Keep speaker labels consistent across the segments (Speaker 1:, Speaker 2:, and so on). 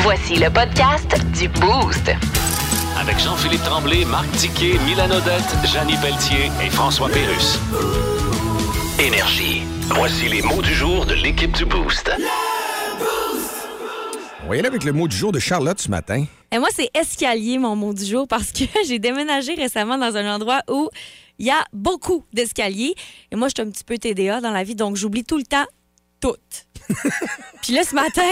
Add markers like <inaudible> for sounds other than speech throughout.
Speaker 1: Voici le podcast du Boost.
Speaker 2: Avec Jean-Philippe Tremblay, Marc Tiquet, Milan Odette, Janine Pelletier et François Pérus. Énergie. Voici les mots du jour de l'équipe du Boost.
Speaker 3: On va y aller avec le mot du jour de Charlotte ce matin.
Speaker 4: Et moi, c'est escalier, mon mot du jour, parce que <laughs> j'ai déménagé récemment dans un endroit où il y a beaucoup d'escaliers. Et moi, je suis un petit peu TDA dans la vie, donc j'oublie tout le temps tout. <laughs> Puis là, ce matin,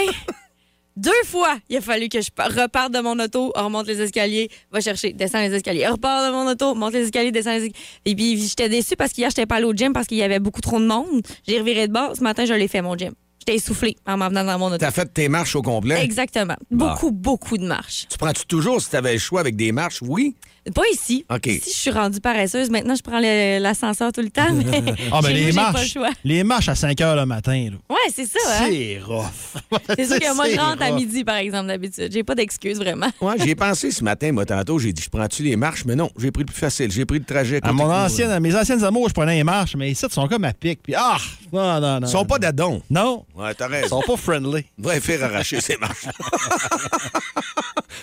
Speaker 4: deux fois, il a fallu que je pa- reparte de mon auto, remonte les escaliers, va chercher, descends les escaliers, repart de mon auto, monte les escaliers, descends les escaliers. Et puis, j'étais déçue parce qu'hier, j'étais pas allée au gym parce qu'il y avait beaucoup trop de monde. J'ai reviré de bord. Ce matin, je l'ai fait, mon gym. J'étais essoufflée en m'en venant dans mon auto.
Speaker 3: T'as fait tes marches au complet.
Speaker 4: Exactement.
Speaker 3: Bah.
Speaker 4: Beaucoup, beaucoup de marches.
Speaker 3: Tu prends-tu toujours si t'avais le choix avec des marches? Oui.
Speaker 4: Pas ici.
Speaker 3: OK.
Speaker 4: Ici, je suis rendue paresseuse. Maintenant, je prends le- l'ascenseur tout le
Speaker 3: <laughs>
Speaker 4: temps. Mais
Speaker 5: Ah, ben
Speaker 4: chez nous,
Speaker 5: les
Speaker 4: j'ai pas le
Speaker 5: marches.
Speaker 4: choix.
Speaker 5: Les marches à 5 h le matin. là.
Speaker 4: Ouais, c'est ça. Hein?
Speaker 5: C'est rough.
Speaker 4: <laughs> C'est sûr que moi,
Speaker 3: <laughs>
Speaker 4: je
Speaker 5: c'est
Speaker 4: rentre à
Speaker 5: rough.
Speaker 4: midi, par exemple, d'habitude. J'ai pas d'excuses, vraiment.
Speaker 3: Ouais, j'y ai pensé ce matin, moi, tantôt. J'ai dit, je prends-tu les marches? Mais non, j'ai pris le plus facile. J'ai pris le trajet.
Speaker 5: À
Speaker 3: côté
Speaker 5: mon
Speaker 3: court.
Speaker 5: ancienne, à mes anciennes amours, je prenais les marches, mais ici, ils sont comme à pic. Puis, ah! Non, non, non.
Speaker 3: Ils sont pas
Speaker 5: non.
Speaker 3: d'adon.
Speaker 5: Non,
Speaker 3: Ouais, t'as
Speaker 5: ils
Speaker 3: raison.
Speaker 5: sont pas friendly.
Speaker 3: Va les faire arracher ces marches.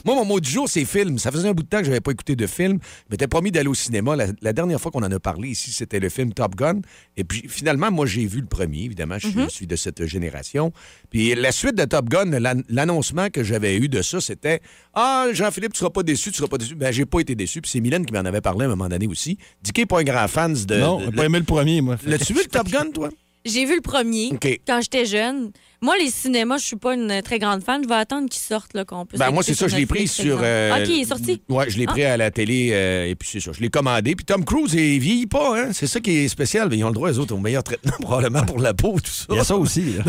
Speaker 3: Moi, mon mot du jour, c'est film. Ça faisait un bout de temps que je n'avais pas écouté de film. Je m'étais promis d'aller au cinéma. La, la dernière fois qu'on en a parlé ici, c'était le film Top Gun. Et puis, finalement, moi, j'ai vu le premier, évidemment. Je suis-
Speaker 5: Mhm.
Speaker 3: je suis de cette génération. Puis, la suite de Top Gun, l'an- l'annoncement que j'avais eu de ça, c'était Ah, Jean-Philippe, tu seras pas déçu, tu seras pas déçu. Ben, j'ai pas été déçu. Puis, c'est Mylène qui m'en avait parlé à un moment donné aussi. Dicky n'est pas un grand fan de.
Speaker 5: non,
Speaker 3: de-
Speaker 5: j'ai pas aimé le premier, moi.
Speaker 3: L'as-tu vu le Top Gun, toi?
Speaker 4: J'ai vu le premier
Speaker 3: OK.
Speaker 4: quand j'étais jeune. Moi, les cinémas, je suis pas une très grande fan. Je vais attendre qu'ils sortent, là, qu'on puisse.
Speaker 3: Ben, moi,
Speaker 4: écouter
Speaker 3: c'est ça, je l'ai pris
Speaker 4: Netflix,
Speaker 3: sur.
Speaker 4: par exemple.
Speaker 3: euh,
Speaker 4: OK, il est sorti. Ah,
Speaker 3: Ouais, je l'ai pris à la télé, euh, et puis c'est ça. Je l'ai commandé. Puis Tom Cruise, il vieillit pas, hein. C'est ça qui est spécial. Ils ont le droit, eux autres, au meilleur traitement, <laughs> probablement pour la peau, tout ça.
Speaker 5: Il y a ça aussi. là.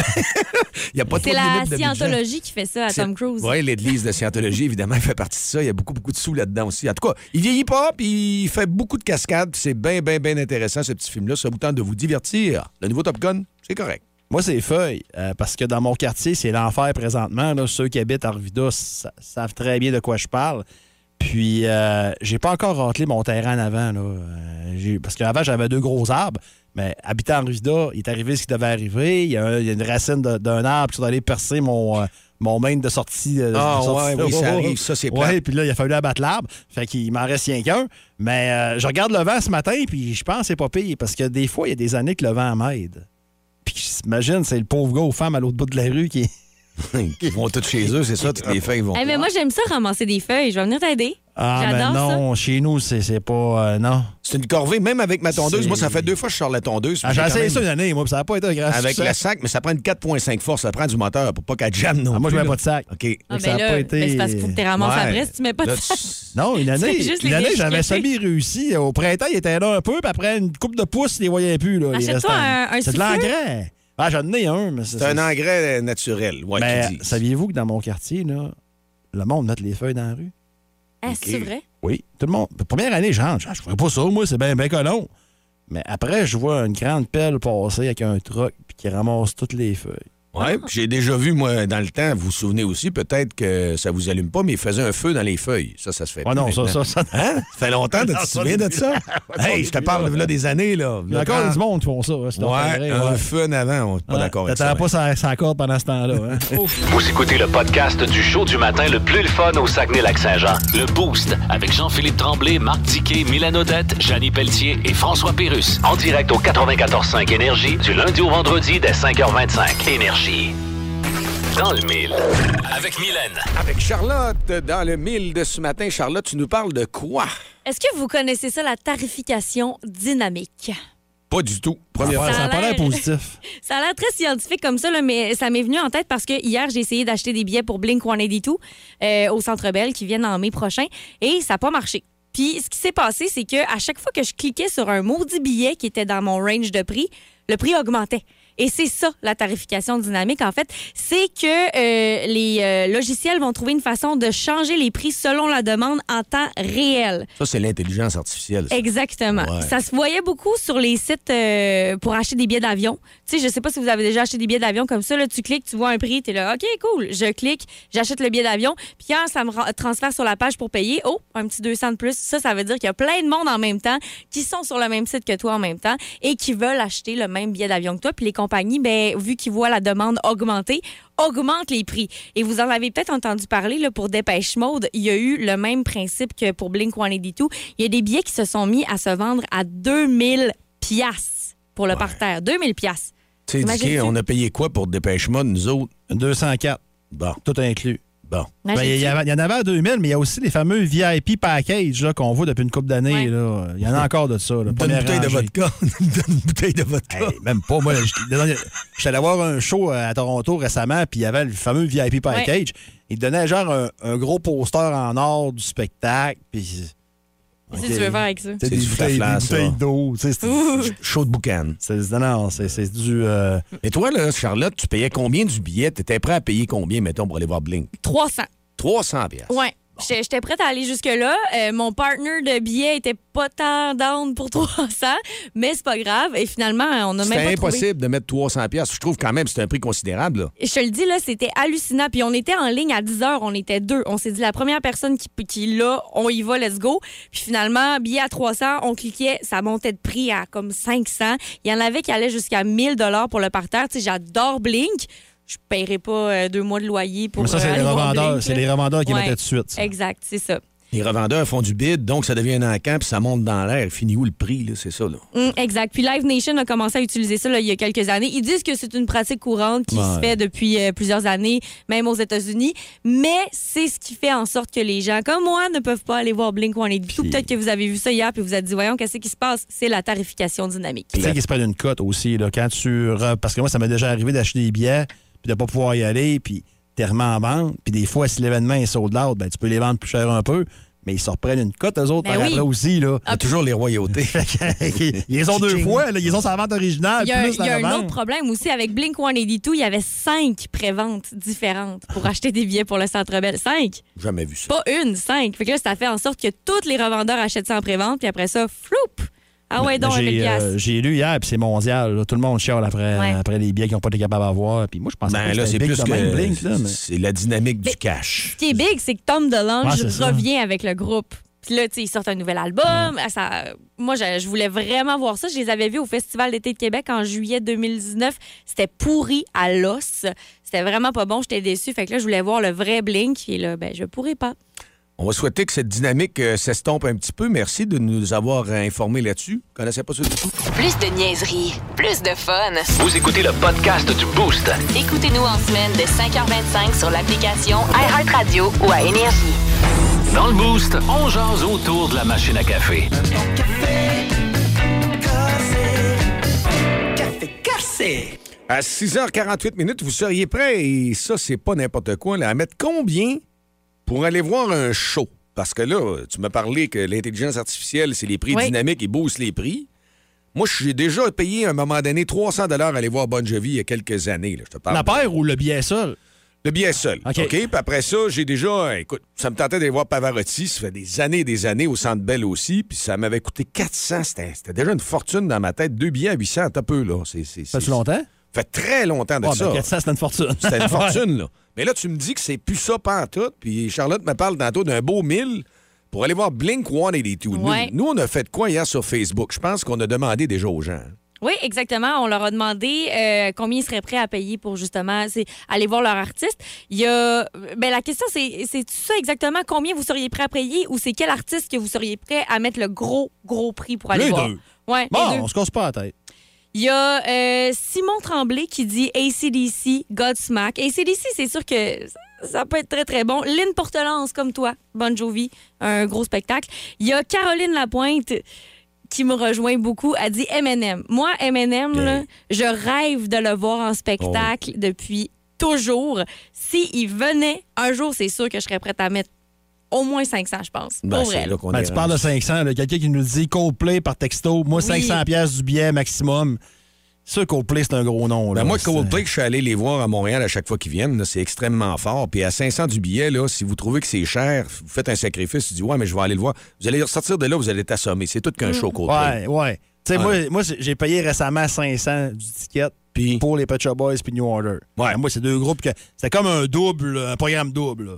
Speaker 3: Il n'y a pas trop
Speaker 4: C'est
Speaker 3: de
Speaker 4: la
Speaker 3: limite de budget.
Speaker 4: scientologie qui fait ça à Tom Cruise.
Speaker 3: Oui, l'Église de Scientologie, évidemment, <laughs> elle fait partie de ça. Il y a beaucoup, beaucoup de sous là-dedans aussi. En tout cas, il vieillit pas, puis il fait beaucoup de cascades. puis C'est bien, bien, bien intéressant, ce petit film-là. Ça vous tente de vous divertir. Le nouveau Top Gun, c'est correct.
Speaker 5: Moi, c'est feuille, euh, parce que dans mon quartier, c'est l'enfer présentement. là. Ceux qui habitent à Arvida sa- savent très bien de quoi je parle. Puis, euh, j'ai pas encore raclé mon terrain en avant. Là. Euh, j'ai- parce qu'avant, j'avais deux gros arbres, mais habitant à Arvida, il est arrivé ce qui devait arriver. Il y a, un- il y a une racine de- d'un arbre qui est allé percer mon, euh, mon main de sortie. euh,
Speaker 3: Ah,
Speaker 5: de sortie-
Speaker 3: ouais, oui,
Speaker 5: <laughs>
Speaker 3: ça arrive. Ça, c'est plate.
Speaker 5: Ouais, puis là, il a fallu abattre l'arbre. Fait qu'il m'en reste rien qu'un. Mais euh, je regarde le vent ce matin, puis je pense que c'est pas pire, parce que des fois, il y a des années que le vent m'aide. Puis j'imagine, c'est le pauvre gars aux femmes à l'autre bout de la rue qui.
Speaker 3: Ils vont tous chez eux, c'est ça. Toutes les fins, ils vont.
Speaker 4: Eh, mais moi, j'aime ça ramasser des feuilles. Je vais venir t'aider.
Speaker 5: Ah, ben
Speaker 4: J'adore ça.
Speaker 5: non, chez nous, c'est c'est pas. euh, non.
Speaker 3: C'est une corvée, même avec ma tondeuse.
Speaker 5: C'est-
Speaker 3: Moi, ça fait deux fois que je sors la tondeuse.
Speaker 5: Ah,
Speaker 3: puis
Speaker 5: J'ai
Speaker 3: j'ai quand
Speaker 5: essayé
Speaker 3: même-
Speaker 5: ça une année, moi, puis ça n'a pas été un grand
Speaker 3: Avec
Speaker 5: succès.
Speaker 3: la sac, mais ça prend une 4.5 force, ça prend du moteur pour pas qu'elle jamme non
Speaker 5: Ah, moi, je
Speaker 3: plus,
Speaker 5: mets
Speaker 3: là.
Speaker 5: pas de sac.
Speaker 3: OK.
Speaker 4: Ah,
Speaker 5: Donc, ça
Speaker 4: ben
Speaker 5: a
Speaker 4: là,
Speaker 5: pas été-
Speaker 4: ben, c'est parce qu'il faut que tu ramasses
Speaker 3: Ouais.
Speaker 4: après si tu mets pas de
Speaker 3: Là,
Speaker 4: sac. <laughs>
Speaker 3: tu-
Speaker 5: Non, une année,
Speaker 4: juste les
Speaker 5: une année j'avais
Speaker 4: déchiqueter.
Speaker 5: semi-réussi. Au printemps, il était là un peu, puis après une coupe de pouces, il les voyait plus. là, les
Speaker 4: Achète-toi
Speaker 5: restants.
Speaker 4: un- un
Speaker 5: C'est de
Speaker 4: souffleur.
Speaker 5: l'engrais. Ah, j'en ai un, mais c'est. Ben,
Speaker 3: C'est un engrais euh, naturel, ouais,
Speaker 5: Mais
Speaker 3: qu'ils disent.
Speaker 5: saviez-vous que dans mon quartier, là, le monde note les feuilles dans la rue?
Speaker 4: Ah, c'est vrai?
Speaker 5: Oui. Tout le monde. Première année, je rentre. Je je ferais pas ça, moi, c'est bien ben colon. Mais après, je vois une grande pelle passer avec un truck puis qui ramasse toutes les feuilles.
Speaker 3: Ouais,
Speaker 4: Ah.
Speaker 3: puis j'ai déjà vu, moi, dans le temps, vous vous souvenez aussi, peut-être que ça vous allume pas, mais il faisait un feu dans les feuilles. Ça, ça se fait
Speaker 5: Ah
Speaker 3: plus
Speaker 5: non, ça,
Speaker 3: maintenant.
Speaker 5: ça, ça.
Speaker 3: Hein? Ça fait
Speaker 5: <laughs>
Speaker 3: longtemps, tu
Speaker 5: Non,
Speaker 3: te
Speaker 5: ça,
Speaker 3: souviens de
Speaker 5: depuis-
Speaker 3: ça? hey, je te
Speaker 5: depuis
Speaker 3: parle
Speaker 5: longtemps.
Speaker 3: là, des années, là.
Speaker 5: Il y a encore
Speaker 3: Quand-
Speaker 5: du monde qui font ça. hein, c'est
Speaker 3: Ouais,
Speaker 5: vrai,
Speaker 3: un
Speaker 5: ouais.
Speaker 3: feu en avant, on n'est pas
Speaker 5: Ouais,
Speaker 3: d'accord avec ça.
Speaker 5: T'attends pas sa, sa corde pendant ce temps-là.
Speaker 3: <laughs>
Speaker 5: hein.
Speaker 2: Vous écoutez le podcast du show du matin le plus le fun au Saguenay-Lac-Saint-Jean. Le Boost avec Jean-Philippe Tremblay, Marc Tiquet, Milan Odette, Janine Pelletier et François Pérus. En direct au 94.5 Énergie du lundi au vendredi dès 5h25. Énergie. Dans le mille. Avec Mylène.
Speaker 3: Avec Charlotte, dans le mille de ce matin, Charlotte, tu nous parles de quoi?
Speaker 4: Est-ce que vous connaissez ça, la tarification dynamique?
Speaker 3: Pas du tout. Première
Speaker 5: Ouais,
Speaker 3: fois.
Speaker 5: ça a pas l'air
Speaker 4: l'air-
Speaker 5: positif.
Speaker 4: Ça a l'air très scientifique comme ça, là, mais ça m'est venu en tête parce que hier, j'ai essayé d'acheter des billets pour Blink 182 euh, au Centre Bell qui viennent en mai prochain et ça n'a pas marché. Puis ce qui s'est passé, c'est que à chaque fois que je cliquais sur un maudit billet qui était dans mon range de prix, le prix augmentait. Et c'est ça, la tarification dynamique, en fait. C'est que euh, les euh, logiciels vont trouver une façon de changer les prix selon la demande en temps réel.
Speaker 3: Ça, c'est l'intelligence artificielle. ça.
Speaker 4: Exactement.
Speaker 3: Ouais.
Speaker 4: Ça se voyait beaucoup sur les sites euh, pour acheter des billets d'avion. Tu sais, je sais pas si vous avez déjà acheté des billets d'avion comme ça. Là, tu cliques, tu vois un prix, tu es là, OK, cool. Je clique, j'achète le billet d'avion. Puis quand ça me ren- transfère sur la page pour payer, oh, un petit 200 de plus. Ça, ça veut dire qu'il y a plein de monde en même temps qui sont sur le même site que toi en même temps et qui veulent acheter le même billet d'avion que toi. Puis les compagnies compagnies, ben, vu qu'ils voient la demande augmenter, augmentent les prix. Et vous en avez peut-être entendu parler là, pour Dépêche Mode. Il y a eu le même principe que pour Blink-182. Il y a des billets qui se sont mis à se vendre à 2000 piastres pour le parterre. 2000 piastres.
Speaker 3: Tu sais,
Speaker 4: Imagine-tu.
Speaker 3: Dicky, on a payé quoi pour Dépêche Mode, nous autres?
Speaker 5: 204,
Speaker 3: Bon,
Speaker 5: tout inclus.
Speaker 3: bon.
Speaker 5: Ben, Il y, avait- il y en avait à 2000, mais il y a aussi les fameux VIP packages là, qu'on voit depuis une couple d'années.
Speaker 4: Ouais.
Speaker 5: là. Il y en a encore de ça. là.
Speaker 3: Donne une
Speaker 5: Première
Speaker 3: bouteille de
Speaker 5: rangée.
Speaker 3: vodka. Donne une bouteille de vodka.
Speaker 5: Hey, même pas. Moi, j'étais dans- j'étais allé voir un show à Toronto récemment, puis il y avait le fameux VIP package. Il donnait genre un, un gros poster en or du spectacle, puis.
Speaker 4: Qu'est-ce
Speaker 5: Ok.
Speaker 4: que tu veux faire avec ça?
Speaker 5: C'est des
Speaker 3: du
Speaker 5: bouteilles,
Speaker 3: flafla,
Speaker 5: des
Speaker 3: ça.
Speaker 5: bouteilles d'eau. tu sais, c'est-
Speaker 4: Ouh.
Speaker 3: Chaud de boucan.
Speaker 5: C'est c'est- non, c'est- c'est du. euh,
Speaker 3: Et toi, là, Charlotte, tu payais combien du billet? T'étais prêt à payer combien, mettons, pour aller voir Blink?
Speaker 4: 300.
Speaker 3: 300 piastres.
Speaker 4: Ouais. J'étais j'étais prête à aller jusque-là. Euh, mon partner de billet était pas tant down pour <laughs> 300, mais c'est pas grave. Et finalement, on a même pas
Speaker 3: C'était
Speaker 4: trouvé.
Speaker 3: impossible de mettre 300 piastres. Je trouve quand même que c'est un prix considérable. là.
Speaker 4: Je te le dis, là, c'était hallucinant. Puis on était en ligne à 10 heures, on était deux. On s'est dit, la première personne qui, qui l'a, on y va, let's go. Puis finalement, billet à 300, on cliquait, ça montait de prix à comme 500. Il y en avait qui allaient jusqu'à 1000 pour le parterre. Tu sais, j'adore Blink. Je paierai pas euh, deux mois de loyer pour
Speaker 5: mais ça,
Speaker 4: euh,
Speaker 5: c'est les
Speaker 4: aller voir
Speaker 5: revendeurs.
Speaker 4: Blink,
Speaker 5: C'est
Speaker 4: là.
Speaker 5: les revendeurs qui
Speaker 4: Ouais.
Speaker 5: mettaient tout de suite. ça.
Speaker 4: Exact, c'est ça.
Speaker 3: Les revendeurs font du bid, donc ça devient un encamp, puis ça monte dans l'air. Fini où le prix, là? C'est ça, là.
Speaker 4: Mm, exact. Puis Live Nation a commencé à utiliser ça là, il y a quelques années. Ils disent que c'est une pratique courante qui se fait depuis euh, plusieurs années, même aux États-Unis. Mais c'est ce qui fait en sorte que les gens comme moi ne peuvent pas aller voir Blink on est tout. Peut-être que vous avez vu ça hier puis vous avez dit voyons qu'est-ce qui se passe. C'est la tarification dynamique.
Speaker 5: Tu sais
Speaker 3: La-
Speaker 5: qu'ils se prennent une cote aussi. Là, quand tu re- Parce que moi, ça m'est déjà arrivé d'acheter des billets, puis de pas pouvoir y aller, puis t'es remis en vente. Puis des fois, si l'événement est sold out, ben, tu peux les vendre plus cher un peu, mais ils se reprennent une cote, eux autres,
Speaker 4: Ben
Speaker 5: par
Speaker 4: oui.
Speaker 5: après aussi. Là.
Speaker 3: Il y a toujours les royautés.
Speaker 5: <laughs> ils ont deux fois, là, ils ont sa vente originale,
Speaker 4: Il y a,
Speaker 5: Ah, plus
Speaker 4: il y a
Speaker 5: la
Speaker 4: un
Speaker 5: revente.
Speaker 4: autre problème aussi avec Blink 182. Il y avait cinq préventes différentes pour acheter des billets pour le Centre Bell. Cinq,
Speaker 3: Jamais vu ça.
Speaker 4: pas une, cinq. Fait que là, ça fait en sorte que tous les revendeurs achètent ça en prévente puis après ça, floup. Ah ouais, donc un
Speaker 5: J'ai, euh, j'ai lu hier, puis c'est mondial. là. Tout le monde chiale après,
Speaker 4: Ouais.
Speaker 5: après les billets qu'ils n'ont pas été capables d'avoir. Puis moi, je pensais
Speaker 3: Ben
Speaker 5: pas
Speaker 3: là,
Speaker 5: c'était
Speaker 3: c'est
Speaker 5: big
Speaker 3: plus
Speaker 5: de
Speaker 3: que.
Speaker 5: même, Blink, là, mais-
Speaker 3: C'est la dynamique
Speaker 4: Mais-
Speaker 3: du cash.
Speaker 4: Ce qui est big, c'est que Tom
Speaker 5: Ouais,
Speaker 4: DeLonge
Speaker 5: c'est ça.
Speaker 4: revient avec le groupe. Puis là, tu sais, ils sortent un nouvel album. Ça- moi, je, je voulais vraiment voir ça. Je les avais vus au Festival d'été de Québec en juillet 2019. C'était pourri à l'os. C'était vraiment pas bon. J'étais déçue. Fait que là, je voulais voir le vrai Blink. Et là, ben, je pourrais pas.
Speaker 3: On va souhaiter que cette dynamique euh, s'estompe un petit peu. Merci de nous avoir euh, informés là-dessus. Je connaissais pas ça du tout.
Speaker 1: Plus de niaiserie, plus de fun.
Speaker 2: Vous écoutez le podcast du Boost.
Speaker 1: Écoutez-nous en semaine de 5h25 sur l'application iHeartRadio ou à Énergie.
Speaker 2: Dans le Boost, on jase autour de la machine à café.
Speaker 3: À 6h48 minutes, vous seriez prêts, et ça, c'est pas n'importe quoi, là, à mettre combien pour aller voir un show? Parce que là, tu m'as parlé que l'intelligence artificielle, c'est les prix
Speaker 4: Oui.
Speaker 3: dynamiques et booste les prix. Moi, j'ai déjà payé à un moment donné 300 à aller voir Bon Jovi il y a quelques années. là. Je te parle
Speaker 5: La paire ou le billet seul?
Speaker 3: Le billet seul. OK.
Speaker 5: OK.
Speaker 3: Puis après ça, j'ai déjà. euh, Écoute, ça me tentait d'aller voir Pavarotti. Ça fait des années et des années au Centre Bell aussi. Puis ça m'avait coûté 400. C'était c'était déjà une fortune dans ma tête. Deux billets à 800, t'as peu, là. C'est, c'est,
Speaker 5: Ça fait
Speaker 3: c'est-
Speaker 5: longtemps?
Speaker 3: fait très longtemps de
Speaker 5: Ah, ben,
Speaker 3: ça.
Speaker 5: 400, c'était une fortune. <laughs>
Speaker 3: C'était une fortune, là. Mais là, tu me dis que c'est plus ça pantoute. Puis Charlotte me parle tantôt d'un beau mille pour aller voir Blink-182. Nous,
Speaker 4: Ouais.
Speaker 3: nous, on a fait quoi hier sur Facebook? Je pense qu'on a demandé déjà aux gens. hein,
Speaker 4: Oui, exactement. On leur a demandé euh, combien ils seraient prêts à payer pour justement c'est, aller voir leur artiste. Il y a, ben, la question, c'est, c'est ça exactement combien vous seriez prêts à payer ou c'est quel artiste que vous seriez prêt à mettre le gros, gros prix pour aller
Speaker 5: Les
Speaker 4: voir?
Speaker 5: deux.
Speaker 4: Ouais, les
Speaker 5: Bon,
Speaker 4: deux.
Speaker 5: on se casse pas la tête.
Speaker 4: Il y a euh, Simon Tremblay qui dit ACDC, Godsmack. ACDC, c'est sûr que ça peut être très, très bon. Lynn Portelance, comme toi, Bon Jovi, un gros spectacle. Il y a Caroline Lapointe qui me rejoint beaucoup, a dit M&M. Moi, M&M, là, je rêve de le voir en spectacle depuis toujours. S'il venait un jour, c'est sûr que je serais prête à mettre au moins 500, je pense.
Speaker 3: Ben,
Speaker 4: Pour
Speaker 3: c'est
Speaker 4: vrai.
Speaker 3: là qu'on
Speaker 5: Ben,
Speaker 3: est
Speaker 5: tu parles de
Speaker 3: rendu.
Speaker 5: 500. là. Quelqu'un qui nous dit Coldplay par texto, moi,
Speaker 4: Oui.
Speaker 5: 500 pièces du billet maximum. Ça, Coldplay, c'est un gros nom.
Speaker 3: Ben
Speaker 5: là.
Speaker 3: moi,
Speaker 5: C'est-
Speaker 3: Coldplay, que je suis allé les voir à Montréal à chaque fois qu'ils viennent. là, C'est extrêmement fort. Puis à 500 du billet, là, si vous trouvez que c'est cher, vous faites un sacrifice, vous dites « Ouais, mais je vais aller le voir. » Vous allez ressortir de là, vous allez être assommé. C'est tout qu'un show Coldplay.
Speaker 5: Mm. Ouais, ouais. Tu sais, moi, moi, j'ai payé récemment 500 du ticket
Speaker 3: Puis-
Speaker 5: pour les Pet Shop Boys puis New Order.
Speaker 3: Ouais.
Speaker 5: Ben, moi, c'est deux groupes que. C'était comme un double, un programme double. là.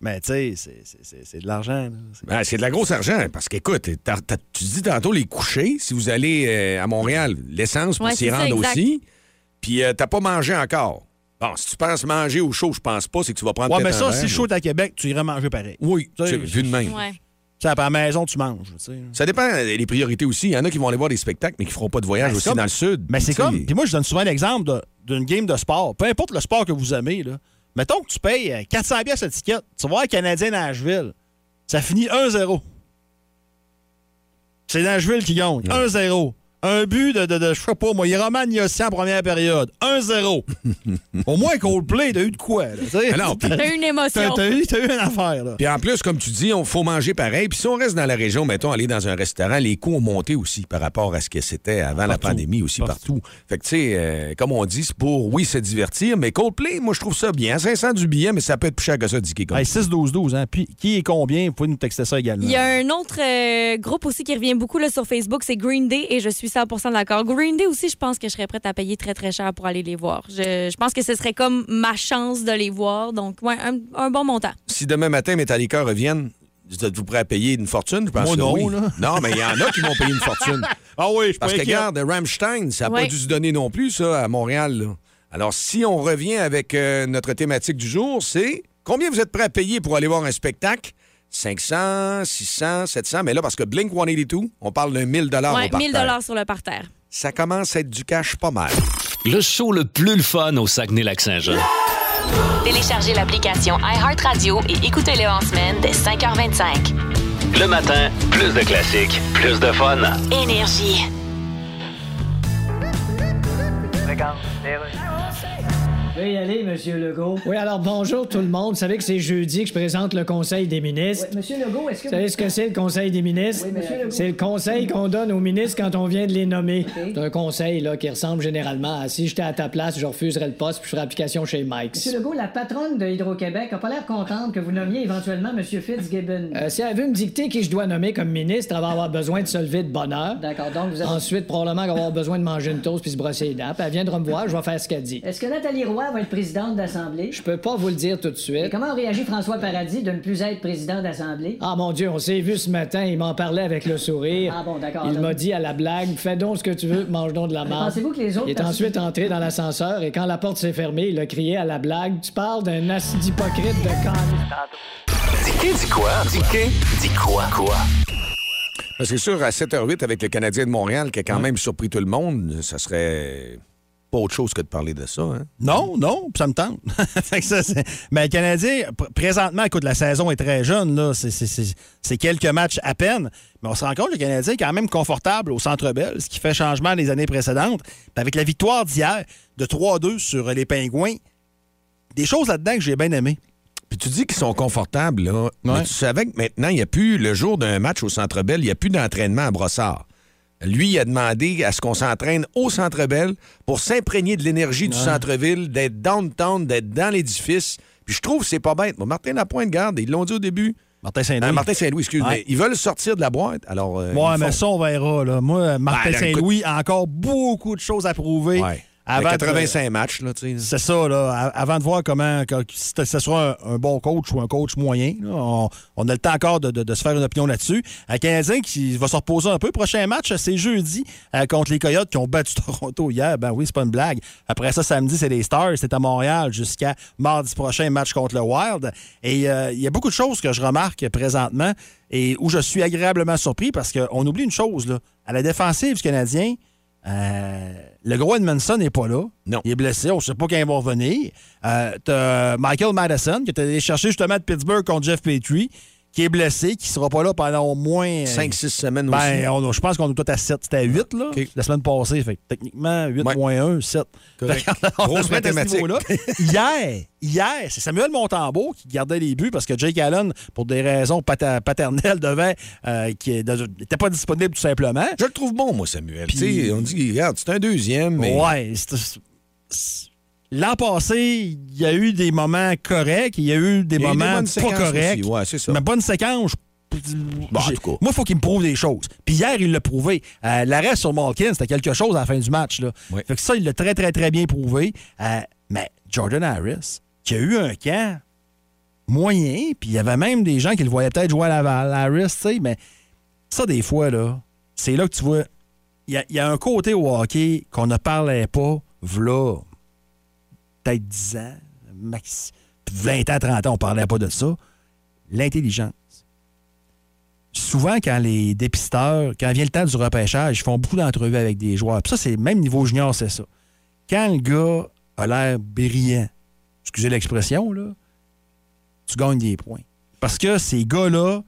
Speaker 5: Mais tu sais, c'est- c'est- c'est c'est de l'argent. là. C'est-
Speaker 3: Ben, c'est de la grosse argent, parce qu'écoute, t'as- t'as- tu dis tantôt les couchers, si vous allez euh, à Montréal, l'essence pour
Speaker 4: Ouais,
Speaker 3: s'y
Speaker 4: c'est ça,
Speaker 3: rendre
Speaker 4: exact.
Speaker 3: aussi. Puis euh, t'as pas mangé encore. Bon, si tu penses manger au chaud, je pense pas, c'est que tu vas prendre
Speaker 5: Ouais,
Speaker 3: peut-être
Speaker 5: mais ça,
Speaker 3: un
Speaker 5: si
Speaker 3: verre,
Speaker 5: chaud à Québec, tu irais manger pareil.
Speaker 3: mais- Oui,
Speaker 5: Tu
Speaker 3: tu
Speaker 5: sais,
Speaker 3: sais, vu de même.
Speaker 4: Ouais.
Speaker 5: Tu sais, à la maison, tu manges. tu sais.
Speaker 3: Ça dépend euh, des priorités aussi. Il y en a qui vont aller voir des spectacles, mais qui feront pas de voyage
Speaker 5: Ben,
Speaker 3: aussi
Speaker 5: c'est comme-
Speaker 3: dans le sud.
Speaker 5: Mais
Speaker 3: Tu
Speaker 5: c'est
Speaker 3: sais,
Speaker 5: comme. Puis moi, je donne souvent l'exemple de- d'une game de sport. Peu importe le sport que vous aimez, là. Mettons que tu payes euh, 400 pièces l'étiquette. Tu vois, Canadien Nashville. Ça finit 1-0. C'est Nashville qui gagne. 1-0. Un but de, de, de- je sais pas moi, Roman Yossi en première période. 1-0.
Speaker 3: <laughs>
Speaker 5: Au moins, Coldplay, t'as eu de quoi, là. tu sais.
Speaker 3: Mais non, puis-
Speaker 4: T'as eu une
Speaker 5: T'as
Speaker 4: émotion.
Speaker 5: t'as eu, t'as eu une affaire, là.
Speaker 3: Puis en plus, comme tu dis, on faut manger pareil. Puis si on reste dans la région, mettons, aller dans un restaurant, les coûts ont monté aussi par rapport à ce que c'était avant la
Speaker 5: Partout.
Speaker 3: pandémie aussi partout.
Speaker 5: Partout.
Speaker 3: Fait que tu sais, euh, comme on dit, c'est pour, oui, se divertir, mais Coldplay, moi, je trouve ça bien. 500 du billet, mais ça peut être plus cher que ça, Dicky. Comme
Speaker 5: Hey, 6-12-12, hein. Puis qui est combien? Vous pouvez nous texter ça également.
Speaker 4: Il y a un autre euh, groupe aussi qui revient beaucoup là, sur Facebook, c'est Green Day, et je suis 100% d'accord. Green Day aussi, je pense que je serais prête à payer très très cher pour aller les voir. Je, je pense que ce serait comme ma chance de les voir, donc ouais, un, un bon montant.
Speaker 3: Si demain matin, Metallica reviennent, vous êtes-vous prêt à payer une fortune? Je pense
Speaker 5: Moi,
Speaker 3: que
Speaker 5: non,
Speaker 3: oui.
Speaker 5: là.
Speaker 3: Non, mais il y en a qui vont payer une
Speaker 5: <laughs>
Speaker 3: fortune.
Speaker 5: Ah oui, je
Speaker 3: Parce que
Speaker 5: paye qui-
Speaker 3: regarde, Rammstein, ça n'a pas
Speaker 4: Ouais.
Speaker 3: dû se donner non plus, ça, à Montréal. là. Alors, si on revient avec euh, notre thématique du jour, c'est combien vous êtes prêts à payer pour aller voir un spectacle? 500, 600, 700. Mais là, parce que Blink 182, on parle de 1000
Speaker 4: Ouais,
Speaker 3: au Ah, parterre.
Speaker 4: 1000 dollars sur le parterre.
Speaker 3: Ça commence à être du cash pas mal.
Speaker 2: Le show le plus le fun au Saguenay-Lac-Saint-Jean.
Speaker 1: Téléchargez l'application iHeartRadio et écoutez-le en semaine dès 5h25.
Speaker 2: Le matin, plus de classiques, plus de fun.
Speaker 1: Énergie.
Speaker 6: Veuillez aller, Monsieur Legault. Oui, alors bonjour tout le monde. Vous savez que c'est jeudi que je présente le Conseil des ministres. Monsieur Legault, est-ce que vous savez ce que c'est le Conseil des ministres C'est le conseil qu'on donne aux ministres quand on vient de les nommer. C'est un conseil là qui ressemble généralement à si j'étais à ta place, je refuserais le poste puis je ferais application chez Mike. Monsieur Legault, la patronne de Hydro-Québec a pas l'air contente que vous nommiez éventuellement Monsieur Fitzgibbon. Euh, si elle veut me dicter qui je dois nommer comme ministre, elle va avoir besoin de se lever de bonne heure. D'accord, donc
Speaker 7: Euh,
Speaker 6: vous Ensuite, probablement qu'elle va avoir besoin de manger une toast puis se brosser les dents. Puis elle viendra me voir, je vais faire ce qu'elle dit.
Speaker 7: Est-ce que Nathalie Roy va être présidente d'Assemblée?
Speaker 6: Je peux pas vous le dire tout de
Speaker 7: Et
Speaker 6: suite.
Speaker 7: comment réagit François Paradis de ne plus être président d'Assemblée?
Speaker 6: Ah mon Dieu, on s'est vu ce matin, il m'en parlait avec le sourire.
Speaker 7: Ah bon, d'accord.
Speaker 6: Il
Speaker 7: Donc-
Speaker 6: m'a dit à la blague, fais donc ce que tu veux, mange donc de la marde.
Speaker 7: Pensez-vous que les autres
Speaker 6: ah. Il est
Speaker 7: personnes-
Speaker 6: ensuite entré dans l'ascenseur et quand la porte s'est fermée, il a crié à la blague, tu parles d'un acide hypocrite de con.
Speaker 2: Dicky dit quoi? Dicky dit quoi? Quoi?
Speaker 3: Ben, C'est sûr, à 7h08, avec le Canadien de Montréal, qui a quand même surpris tout le monde, ça serait pas autre chose que de parler de ça. hein.
Speaker 5: Non, non, puis ça me tente. <laughs> Fait que ça, c'est- Mais le Canadien, pr- présentement, écoute, la saison est très jeune, là. C'est- c'est- C'est c'est quelques matchs à peine. Mais on se rend compte que le Canadien est quand même confortable au centre belle ce qui fait changement des années précédentes. Puis avec la victoire d'hier de 3-2 sur les Pingouins, des choses là-dedans que j'ai bien aimées.
Speaker 3: Puis tu dis qu'ils sont confortables, là. Mais
Speaker 5: Ouais.
Speaker 3: tu savais que maintenant, il n'y a plus, le jour d'un match au Centre Bell, il n'y a plus d'entraînement à Brossard. Lui, il a demandé à ce qu'on s'entraîne au Centre Bell pour s'imprégner de l'énergie du centre-ville, d'être downtown, d'être dans l'édifice. Puis je trouve que c'est pas bête. Bon, Martin Lapointe, garde, ils l'ont dit au début.
Speaker 5: Martin
Speaker 3: Euh,
Speaker 5: Saint-Louis.
Speaker 3: Martin Saint-Louis, excuse,
Speaker 5: Ouais.
Speaker 3: mais ils veulent sortir de la boîte. Alors, euh,
Speaker 5: Ouais,
Speaker 3: ils
Speaker 5: mais
Speaker 3: font.
Speaker 5: ça, on verra, là. Moi, Martin
Speaker 3: Ben, là,
Speaker 5: Saint-Louis a encore beaucoup de choses à prouver.
Speaker 3: Ouais. Ben,
Speaker 5: avant de-
Speaker 3: 85 matchs, là, tu sais.
Speaker 5: C'est ça, là. A- Avant de voir comment, que- si t- ce sera un, un bon coach ou un coach moyen, là, on, on a le temps encore de, de- de se faire une opinion là-dessus. Un Canadien qui va se reposer un peu. Prochain match, c'est jeudi euh, contre les Coyotes qui ont battu <laughs> Toronto hier. Ben oui, c'est pas une blague. Après ça, samedi, c'est les Stars. C'est à Montréal jusqu'à mardi prochain, match contre le Wild. Et euh, il y a beaucoup de choses que je remarque présentement et où je suis agréablement surpris parce qu'on oublie une chose, là. À la défensive du Canadien, euh, le gros Edmondson n'est pas là.
Speaker 3: Non.
Speaker 5: Il est blessé. On ne sait pas quand il va revenir. Euh, t'as Michael Madison, qui est allé chercher justement de Pittsburgh contre Jeff Petrie, qui est blessé, qui ne sera pas là pendant au moins. euh,
Speaker 3: 5-6 semaines aussi.
Speaker 5: ben, on- je pense qu'on est tout à 7. C'était à 8 là,
Speaker 3: OK.
Speaker 5: la semaine passée. Fait que techniquement, 8
Speaker 3: Ouais.
Speaker 5: moins Ah, 1, 7.
Speaker 3: Correct. Grosse mathématique.
Speaker 5: hier, hier, c'est Samuel Montembeau qui gardait les buts parce que Jake Allen, pour des raisons pater- paternelles, devait, euh, qui n'était pas disponible tout simplement.
Speaker 3: Je le trouve bon, moi, Samuel. Tu sais, on dit, regarde, c'est un deuxième, mais
Speaker 5: Ouais. c'est- c'est- c'est- L'an passé, il y a eu des moments corrects, il y a eu des
Speaker 3: Il y a eu des
Speaker 5: moments
Speaker 3: bonnes
Speaker 5: pas
Speaker 3: séquences
Speaker 5: corrects.
Speaker 3: aussi. Ouais, c'est ça.
Speaker 5: Mais bonne séquence, je-
Speaker 3: Bon, en
Speaker 5: j'ai-
Speaker 3: tout cas.
Speaker 5: moi, il faut qu'il me prouve des choses. Puis hier, il l'a prouvé. Euh, L'arrêt sur Malkin, c'était quelque chose à la fin du match. Là.
Speaker 3: Ouais.
Speaker 5: Fait que ça, il l'a très, très, très bien prouvé. Euh, mais Jordan Harris, qui a eu un camp moyen, puis il y avait même des gens qui le voyaient peut-être jouer à Laval, Harris, tu sais, mais ça, des fois, là, c'est là que tu vois. Il y, a- il y a un côté au hockey qu'on ne parlait pas, v'là peut-être 10 ans, max, 20 ans, 30 ans, on parlait pas de ça. L'intelligence. Souvent, quand les dépisteurs, quand vient le temps du repêchage, ils font beaucoup d'entrevues avec des joueurs. Puis ça, c'est même niveau junior, c'est ça. Quand le gars a l'air brillant, excusez l'expression, là, tu gagnes des points. Parce que ces gars-là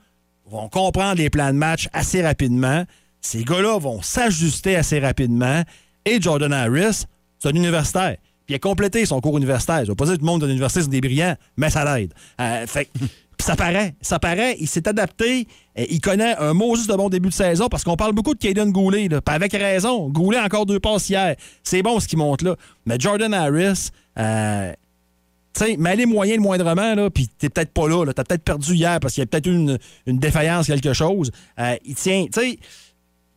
Speaker 5: vont comprendre les plans de match assez rapidement. Ces gars-là vont s'ajuster assez rapidement. Et Jordan Harris, c'est un universitaire. Puis il a complété son cours universitaire. Je ne pas dire que tout le monde de l'université sont des brillants, mais ça l'aide. Euh, fait que- puis ça paraît. Ça paraît. Il s'est adapté. Euh, il connaît un mot juste de bon début de saison parce qu'on parle beaucoup de Caden Goulet. là. Puis avec raison. Goulet encore deux passes hier. C'est bon ce qui monte là. Mais Jordan Harris, euh, tu sais, mais aller moyen le moindrement, là, puis t'es peut-être pas là, là t'as peut-être perdu hier parce qu'il y a peut-être eu une, une défaillance, quelque chose. Euh, il tient, tu sais,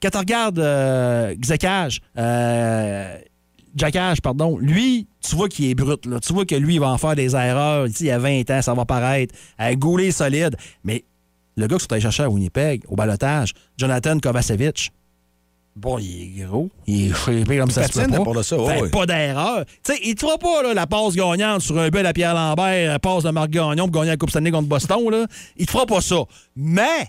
Speaker 5: quand tu regardes euh, Xekage, euh, Jackage, pardon, lui, tu vois qu'il est brut, là. Tu vois que lui, il va en faire des erreurs. Tu sais, Il y a 20 ans, ça va paraître. Euh, Goulet est solide. Mais le gars que sont allés chercher à Winnipeg, au balotage, Jonathan Kovacevic, bon, il est gros, il est shapé comme ça se peut
Speaker 3: patine,
Speaker 5: pas.
Speaker 3: à part de ça,
Speaker 5: Fait
Speaker 3: ouais, ouais.
Speaker 5: pas d'erreur. Tu sais, il te fera pas là, la passe gagnante sur un but à Pierre Lambert, la passe de Marc Gagnon pour gagner la Coupe Stanley contre Boston. Là. Il te fera pas ça. Mais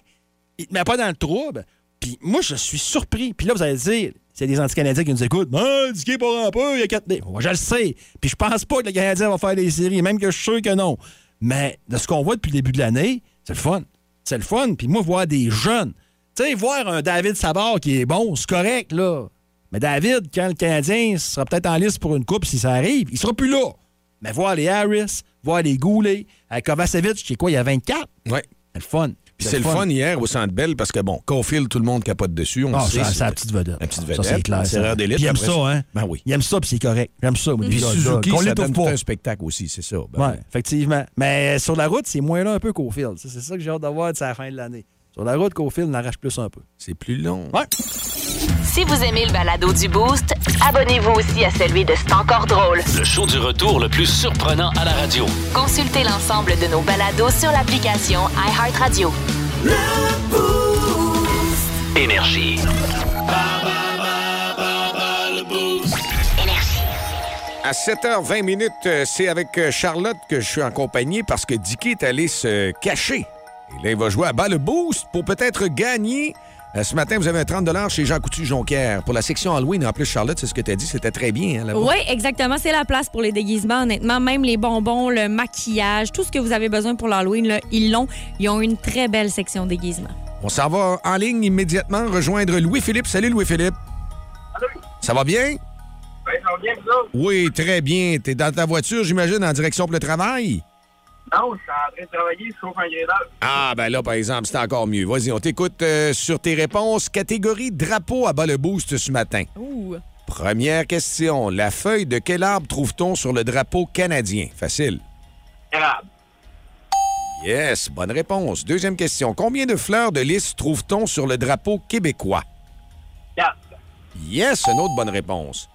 Speaker 5: il te met pas dans le trouble. Puis moi, je suis surpris. Puis là, vous allez dire, c'est des anti-Canadiens qui nous écoutent. Ah, Dicky pour un peu, il y a quatre. Ouais, je le sais. Puis je pense pas que les Canadiens vont faire des séries, même que je suis sûr que non. Mais de ce qu'on voit depuis le début de l'année, c'est le fun. C'est le fun. Puis moi, voir des jeunes. Tu sais, voir un David Savard qui est bon, c'est correct, là. Mais David, quand le Canadien sera peut-être en liste pour une coupe, si ça arrive, il sera plus là. Mais voir les Harris, voir les Goulet, euh, Kovacevic, qui est quoi, il y a 24?
Speaker 3: Ouais.
Speaker 5: C'est le fun.
Speaker 3: Puis c'est le fun hier au Centre Bell parce que, bon, Caulfield, tout le monde capote dessus. On
Speaker 5: Ah,
Speaker 3: le sait,
Speaker 5: ça,
Speaker 3: c'est-
Speaker 5: c'est la petite vedette.
Speaker 3: La petite
Speaker 5: Ça, c'est
Speaker 3: vedette,
Speaker 5: clair.
Speaker 3: c'est
Speaker 5: ça.
Speaker 3: rare d'élite,
Speaker 5: Puis il aime
Speaker 3: après
Speaker 5: ça,
Speaker 3: ça.
Speaker 5: hein?
Speaker 3: Ben oui.
Speaker 5: Il aime ça, puis c'est correct. J'aime ça.
Speaker 3: Puis Suzuki,
Speaker 5: on
Speaker 3: ça
Speaker 5: l'étouffe
Speaker 3: donne tout
Speaker 5: pas.
Speaker 3: un spectacle aussi, c'est ça. Ben,
Speaker 5: Ouais, effectivement. Mais euh, sur la route, c'est moins là un peu qu'au fil. Ça, C'est ça que j'ai hâte d'avoir à la fin de l'année. Sur la route, qu'au fil, on arrache plus un peu.
Speaker 3: C'est plus long.
Speaker 5: Ouais.
Speaker 1: Si vous aimez le balado du Boost, abonnez-vous aussi à celui de C'est encore drôle.
Speaker 2: Le show du retour le plus surprenant à la radio.
Speaker 1: Consultez l'ensemble de nos balados sur l'application iHeartRadio.
Speaker 2: Énergie.
Speaker 3: À 7h20 minutes, euh, c'est avec euh, Charlotte que je suis en compagnie parce que Dicky est allé se cacher. Et là, il va jouer à bas le boost pour peut-être gagner. Euh, ce matin, vous avez un 30 chez Jean Coutu Jonquière pour la section Halloween. En plus, Charlotte, c'est ce que tu as dit, c'était très bien. Hein, là-bas.
Speaker 4: Oui, exactement. C'est la place pour les déguisements, honnêtement. Même les bonbons, le maquillage, tout ce que vous avez besoin pour l'Halloween, là, ils l'ont. Ils ont une très belle section déguisement.
Speaker 3: On s'en va en ligne immédiatement rejoindre Louis-Philippe. Salut Louis-Philippe. Ça va bien?
Speaker 8: Ben,
Speaker 3: Oui, très bien. T'es dans ta voiture, j'imagine, en direction pour le travail?
Speaker 8: Non, je suis en train de travailler sauf un grédage.
Speaker 3: Ah, ben là, par exemple, c'est encore mieux. Vas-y, on t'écoute euh, sur tes réponses. Catégorie drapeau à bas le boost ce matin.
Speaker 4: Ouh.
Speaker 3: Première question. La feuille de quel arbre trouve-t-on sur le drapeau canadien? Facile.
Speaker 8: Érable.
Speaker 3: Yes, bonne réponse. Deuxième question. Combien de fleurs de lys trouve-t-on sur le drapeau québécois?
Speaker 8: Quatre.
Speaker 3: Yes, une autre bonne réponse.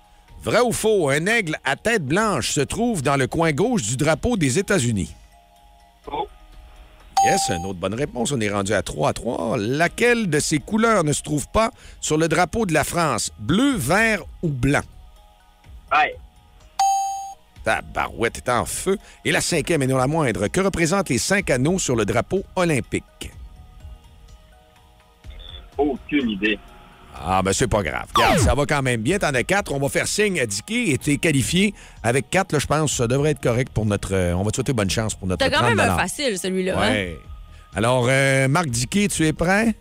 Speaker 3: Vrai ou faux, un aigle à tête blanche se trouve dans le coin gauche du drapeau des États-Unis.
Speaker 8: Faux.
Speaker 3: Yes, une autre bonne réponse. On est rendu à 3 à 3. Laquelle de ces couleurs ne se trouve pas sur le drapeau de la France? Bleu, vert ou blanc?
Speaker 8: Ouais.
Speaker 3: Ta barouette est en feu. Et la cinquième, et non la moindre, que représentent les cinq anneaux sur le drapeau olympique?
Speaker 8: Aucune idée.
Speaker 3: Ah, ben c'est pas grave. Regarde, ça va quand même bien. T'en as quatre. On va faire signe à Dicky et t'es qualifié avec quatre, là, je pense. Ça devrait être correct pour notre... euh, on va te souhaiter bonne chance pour notre
Speaker 4: T'as quand même
Speaker 3: 30
Speaker 4: un facile, celui-là. hein?
Speaker 3: Ouais. Alors, euh, Marc Diquet, tu es prêt?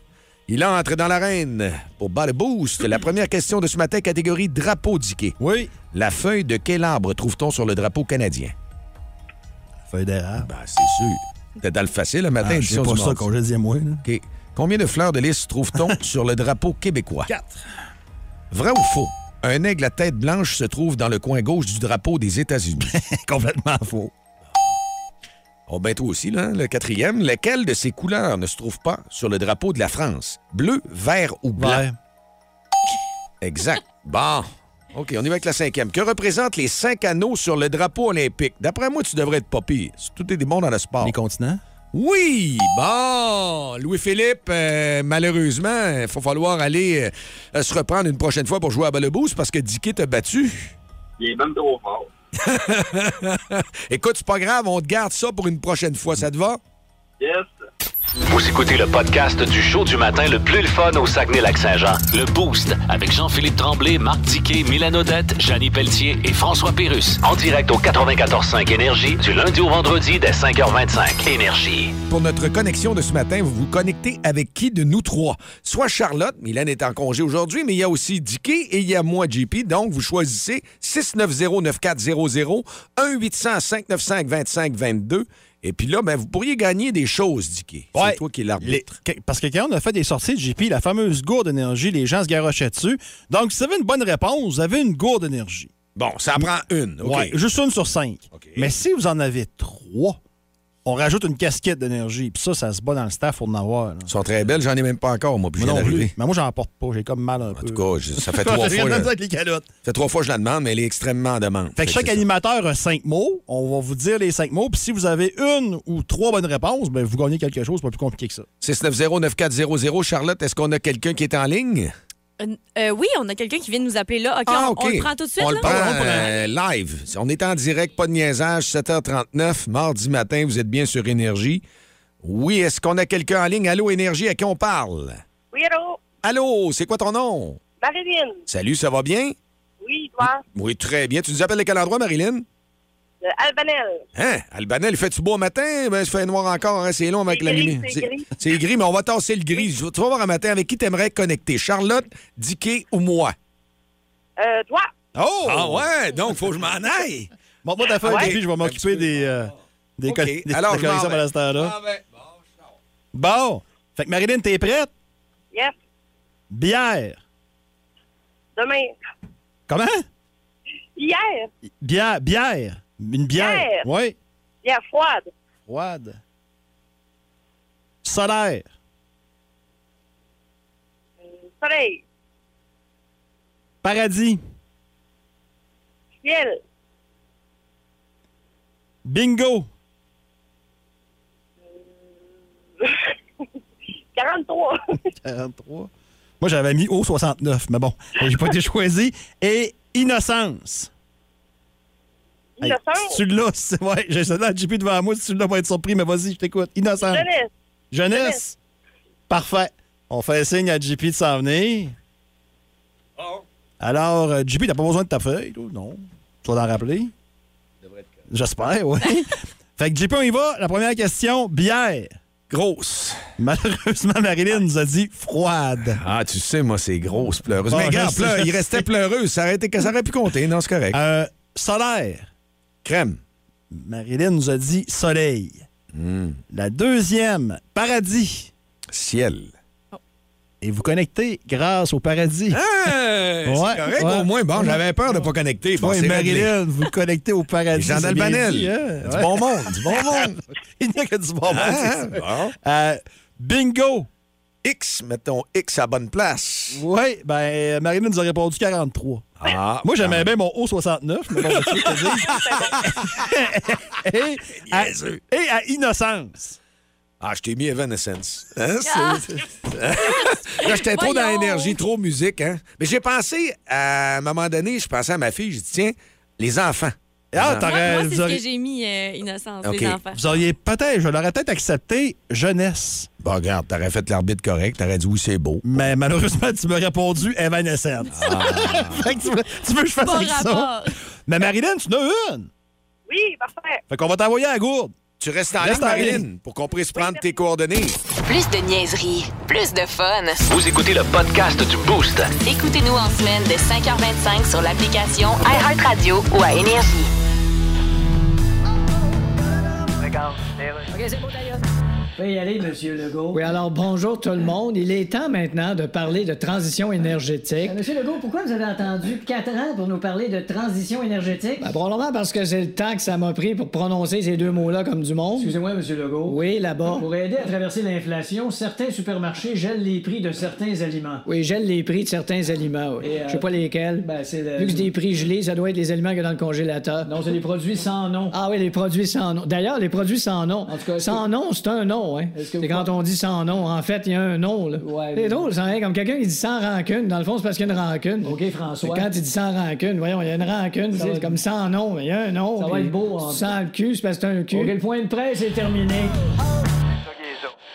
Speaker 3: Il entre dans l'arène pour bas le boost. La première question de ce matin, catégorie drapeau Diquet.
Speaker 5: Oui.
Speaker 3: La feuille de quel arbre trouve-t-on sur le drapeau canadien?
Speaker 5: Feuille d'érable.
Speaker 3: Ben, c'est sûr. T'es dans le facile le matin.
Speaker 5: Ah,
Speaker 3: édition
Speaker 5: c'est pas
Speaker 3: du
Speaker 5: ça
Speaker 3: mardi.
Speaker 5: qu'on je dis moi.
Speaker 3: OK. Combien de fleurs de lys
Speaker 5: <laughs>
Speaker 3: trouve-t-on sur le drapeau québécois?
Speaker 5: Quatre.
Speaker 3: Vrai ou faux? Un aigle à tête blanche se trouve dans le coin gauche du drapeau des États-Unis.
Speaker 5: <laughs> Complètement faux.
Speaker 3: oh, ben toi aussi, là, le quatrième. Lequel de ces couleurs ne se trouve pas sur le drapeau de la France? Bleu, vert ou blanc?
Speaker 5: Vert.
Speaker 3: Exact. Bon. OK, on y va avec la cinquième. Que représentent les cinq anneaux sur le drapeau olympique? D'après moi, tu devrais être pas pire. Tout est bon dans le sport.
Speaker 5: Les continents.
Speaker 3: Oui! Bon! Louis-Philippe, euh, malheureusement, il faut falloir aller euh, se reprendre une prochaine fois pour jouer à Ballebousse parce que Dicky t'a battu.
Speaker 8: Il est même trop fort.
Speaker 3: Écoute, c'est pas grave, on te garde ça pour une prochaine fois, ça te va?
Speaker 8: Yes.
Speaker 2: Vous écoutez le podcast du show du matin le plus le fun au Saguenay-Lac-Saint-Jean. Le Boost avec Jean-Philippe Tremblay, Marc Tiquet, Milan Odette, Janine Pelletier et François Pérus. En direct au 94.5 Énergie du lundi au vendredi dès 5h25. Énergie.
Speaker 3: Pour notre connexion de ce matin, vous vous connectez avec qui de nous trois? Soit Charlotte, Mylène est en congé aujourd'hui, mais il y a aussi Dicky et il y a moi, JP. Donc, vous choisissez 690-9400, 1-800-595-2522. Et puis là, ben, vous pourriez gagner des choses, Dicky.
Speaker 5: Ouais.
Speaker 3: C'est toi qui es l'arbitre.
Speaker 5: Les- que- parce que quand on a fait des sorties de JP, la fameuse gourde d'énergie, les gens se garochaient dessus. Donc, si vous avez une bonne réponse, vous avez une gourde d'énergie.
Speaker 3: Bon, ça en prend une. OK.
Speaker 5: Ouais, juste une sur cinq.
Speaker 3: OK.
Speaker 5: Mais si vous en avez trois, on rajoute une casquette d'énergie. Puis ça, ça se bat dans le staff pour en avoir. là.
Speaker 3: Elles sont très belles, j'en ai même pas encore, moi, puis je
Speaker 5: Moi
Speaker 3: viens
Speaker 5: non plus.
Speaker 3: d'arriver.
Speaker 5: Mais moi, j'en porte pas. J'ai comme mal un
Speaker 3: En
Speaker 5: peu.
Speaker 3: tout cas, je-
Speaker 5: <laughs>
Speaker 3: ça fait
Speaker 5: J'ai
Speaker 3: trois
Speaker 5: rien
Speaker 3: fois.
Speaker 5: de
Speaker 3: je-
Speaker 5: dire avec les calottes.
Speaker 3: ça fait trois fois que je la demande, mais elle est extrêmement en demande.
Speaker 5: Fait que chaque
Speaker 3: c'est ça.
Speaker 5: animateur a cinq mots. On va vous dire les cinq mots. Puis si vous avez une ou trois bonnes réponses, ben vous gagnez quelque chose. C'est pas plus compliqué que ça.
Speaker 3: 690-9400. Charlotte, est-ce qu'on a quelqu'un qui est en ligne?
Speaker 4: Euh, euh, oui, on a quelqu'un qui vient de nous appeler là. OK,
Speaker 3: Ah,
Speaker 4: on-
Speaker 3: OK.
Speaker 4: on, le prend tout de suite.
Speaker 3: On le
Speaker 4: là?
Speaker 3: prend
Speaker 5: Ah,
Speaker 3: euh, live. On est en direct, pas de niaisage, 7h39, mardi matin, vous êtes bien sur Énergie. Oui, est-ce qu'on a quelqu'un en ligne? Allô, Énergie, à qui on parle?
Speaker 9: Oui, allô?
Speaker 3: Allô, c'est quoi ton nom?
Speaker 9: Marilyn.
Speaker 3: Salut, ça va bien?
Speaker 9: Oui, toi?
Speaker 3: Oui, très bien. Tu nous appelles de quel endroit, Marilyn?
Speaker 9: De Albanel.
Speaker 3: Hein? Albanel, fais-tu beau au matin? Ben, il fait noir encore, hein, c'est long avec
Speaker 9: C'est
Speaker 3: la
Speaker 9: gris,
Speaker 3: lumière.
Speaker 9: c'est gris.
Speaker 3: c'est gris, mais on va tasser le gris. Je- Tu vas voir un matin avec qui t'aimerais connecter, Charlotte, Dicky ou moi?
Speaker 9: Euh, toi?
Speaker 3: Oh! Ah ouais, donc faut que je m'en aille.
Speaker 5: Bon, moi, d'affaire,
Speaker 3: Ouais.
Speaker 5: JP, je vais m'occuper des, euh, des,
Speaker 3: OK.
Speaker 5: co- des- des
Speaker 3: Alors, je m'en
Speaker 5: corrections
Speaker 3: vais.
Speaker 5: à cette heure-là.
Speaker 3: Ah ben,
Speaker 5: Bon. Fait que Marilyn, t'es prête?
Speaker 9: Yes.
Speaker 5: Bière.
Speaker 9: Demain.
Speaker 5: Comment?
Speaker 9: Hier.
Speaker 5: Bière. Bière. Une bière.
Speaker 9: Bière.
Speaker 5: Oui.
Speaker 9: Hier froide.
Speaker 5: Wad. Solaire.
Speaker 9: Soleil.
Speaker 5: Paradis.
Speaker 9: Ciel.
Speaker 5: Bingo.
Speaker 9: 43.
Speaker 5: 43. Moi, j'avais mis au 69, mais bon, j'ai pas été choisi. Et Innocence.
Speaker 9: Innocence.
Speaker 5: tu l'as, c'est ouais, j'ai ça dans le JP devant moi. Si tu l'as, va être surpris, mais vas-y, je t'écoute. Innocence.
Speaker 9: Jeunesse.
Speaker 5: Jeunesse.
Speaker 9: Jeunesse.
Speaker 5: Parfait. On fait signe à JP de s'en venir.
Speaker 3: Ah.
Speaker 5: Alors, euh, JP, t'as pas besoin de ta feuille, toi? Non. Tu vas t'en rappeler? J'espère,
Speaker 3: <laughs>
Speaker 5: oui. fait que JP, on y va. La première question, bière.
Speaker 3: grosse.
Speaker 5: Malheureusement, Marilyn nous a dit froide.
Speaker 3: Ah, tu sais, moi, c'est grosse, pleureuse.
Speaker 5: Bon,
Speaker 3: Mais
Speaker 5: je
Speaker 3: regarde,
Speaker 5: sais,
Speaker 3: pleu-
Speaker 5: je
Speaker 3: il
Speaker 5: sais.
Speaker 3: restait pleureuse. Ça aurait, été, ça aurait pu compter. Non, c'est correct.
Speaker 5: Euh, solaire.
Speaker 3: Ah. Crème.
Speaker 5: Marilyn nous a dit soleil.
Speaker 3: Hmm.
Speaker 5: La deuxième, paradis.
Speaker 3: Ciel.
Speaker 5: Et vous connectez grâce au paradis.
Speaker 3: Ah! c'est
Speaker 5: Ouais,
Speaker 3: correct,
Speaker 5: ouais.
Speaker 3: au moins. Bon, j'avais peur de pas connecter. Bon,
Speaker 5: Toi et
Speaker 3: c'est réglé.
Speaker 5: Marilyn, vous connectez au
Speaker 3: Les
Speaker 5: paradis.
Speaker 3: gens
Speaker 5: c'est bien
Speaker 3: d'Albanel.
Speaker 5: dit, hein?
Speaker 3: Du
Speaker 5: Ouais.
Speaker 3: bon monde, du bon monde.
Speaker 5: <laughs> Il n'y a que du bon monde, c'est
Speaker 3: Ah,
Speaker 5: ça.
Speaker 3: bon.
Speaker 5: Euh, bingo!
Speaker 3: X, mettons X à bonne place.
Speaker 5: Oui, ben, Marilyn nous a répondu 43.
Speaker 3: Ah,
Speaker 5: Moi, j'aimais bien mon haut 69, mais bon, je sais te dire.
Speaker 3: <laughs>
Speaker 5: et, à,
Speaker 3: Niaiseux.
Speaker 5: et à Innocence.
Speaker 3: Ah, je t'ai mis Evanescence. Hein, c'est- <laughs> Là, j'étais trop dans
Speaker 4: Voyons.
Speaker 3: l'énergie, trop musique. Hein? Mais j'ai pensé, à un moment donné, je pensais à ma fille, j'ai dit, tiens, les enfants.
Speaker 5: Ah,
Speaker 3: Les
Speaker 5: t'as-
Speaker 3: enfants.
Speaker 4: Moi, moi, c'est
Speaker 5: Vous
Speaker 4: ce
Speaker 5: auriez-
Speaker 4: que j'ai mis, euh, Innocence,
Speaker 3: OK.
Speaker 4: les enfants.
Speaker 5: Vous auriez peut-être, je l'aurais peut-être accepté, jeunesse.
Speaker 3: Bon, Bah, regarde, t'aurais fait l'arbitre correct, t'aurais dit oui, c'est beau.
Speaker 5: Mais malheureusement, tu m'as répondu Evanescence.
Speaker 3: Ah.
Speaker 5: <laughs> Fait que tu, veux, tu veux que je fasse
Speaker 4: Pas
Speaker 5: avec ça?
Speaker 4: rapport.
Speaker 5: Mais Marilyn, tu en as une.
Speaker 9: Oui, parfait.
Speaker 5: Fait qu'on va t'envoyer à la gourde.
Speaker 3: Tu restes en
Speaker 5: Reste
Speaker 3: ligne,
Speaker 5: en
Speaker 3: Marilyn,
Speaker 5: ligne.
Speaker 3: pour qu'on puisse prendre tes coordonnées.
Speaker 1: Plus de niaiserie, plus de fun.
Speaker 2: Vous écoutez le podcast du Boost.
Speaker 1: Écoutez-nous en semaine de 5h25 sur l'application iHeartRadio ou à Énergie.
Speaker 7: Fais y aller, Monsieur Legault.
Speaker 6: Oui, alors bonjour tout le monde. Il est temps maintenant de parler de transition énergétique.
Speaker 7: Euh, Monsieur Legault, pourquoi vous avez attendu 4 ans pour nous parler de transition énergétique?
Speaker 6: Ben, probablement parce que c'est le temps que ça m'a pris pour prononcer ces deux mots-là comme du monde.
Speaker 7: Excusez-moi, Monsieur Legault.
Speaker 6: Oui, là-bas.
Speaker 7: Pour aider à traverser l'inflation, certains supermarchés gèlent les prix de certains aliments.
Speaker 6: Oui, gèle les prix de certains aliments. oui.
Speaker 7: Et, euh,
Speaker 6: Je sais pas lesquels.
Speaker 7: Ben, c'est le...
Speaker 6: Vu que c'est des prix gelés, ça doit être les aliments qu'il y a dans le congélateur.
Speaker 7: Non, c'est des produits sans nom.
Speaker 6: Ah oui, les produits sans nom. D'ailleurs, les produits sans nom.
Speaker 7: En tout cas,
Speaker 6: sans nom, c'est un nom. nom, hein.
Speaker 7: Est-ce que
Speaker 6: C'est
Speaker 7: vous-
Speaker 6: quand on dit sans nom. En fait, il y a un nom, là.
Speaker 7: Ouais,
Speaker 6: c'est
Speaker 7: mais-
Speaker 6: drôle, ça, hein, Comme quelqu'un qui dit sans rancune. Dans le fond, c'est parce qu'il y a une rancune.
Speaker 7: OK, François.
Speaker 6: Quand tu dis sans rancune, voyons, il y a une rancune, tu sais,
Speaker 7: va
Speaker 6: c'est
Speaker 7: être-
Speaker 6: comme sans nom, mais il y a un nom.
Speaker 7: Ça va
Speaker 6: puis
Speaker 7: être beau,
Speaker 6: tu
Speaker 7: en-
Speaker 6: Sans le cul, c'est parce que c'est un cul.
Speaker 7: OK, le point de presse est terminé.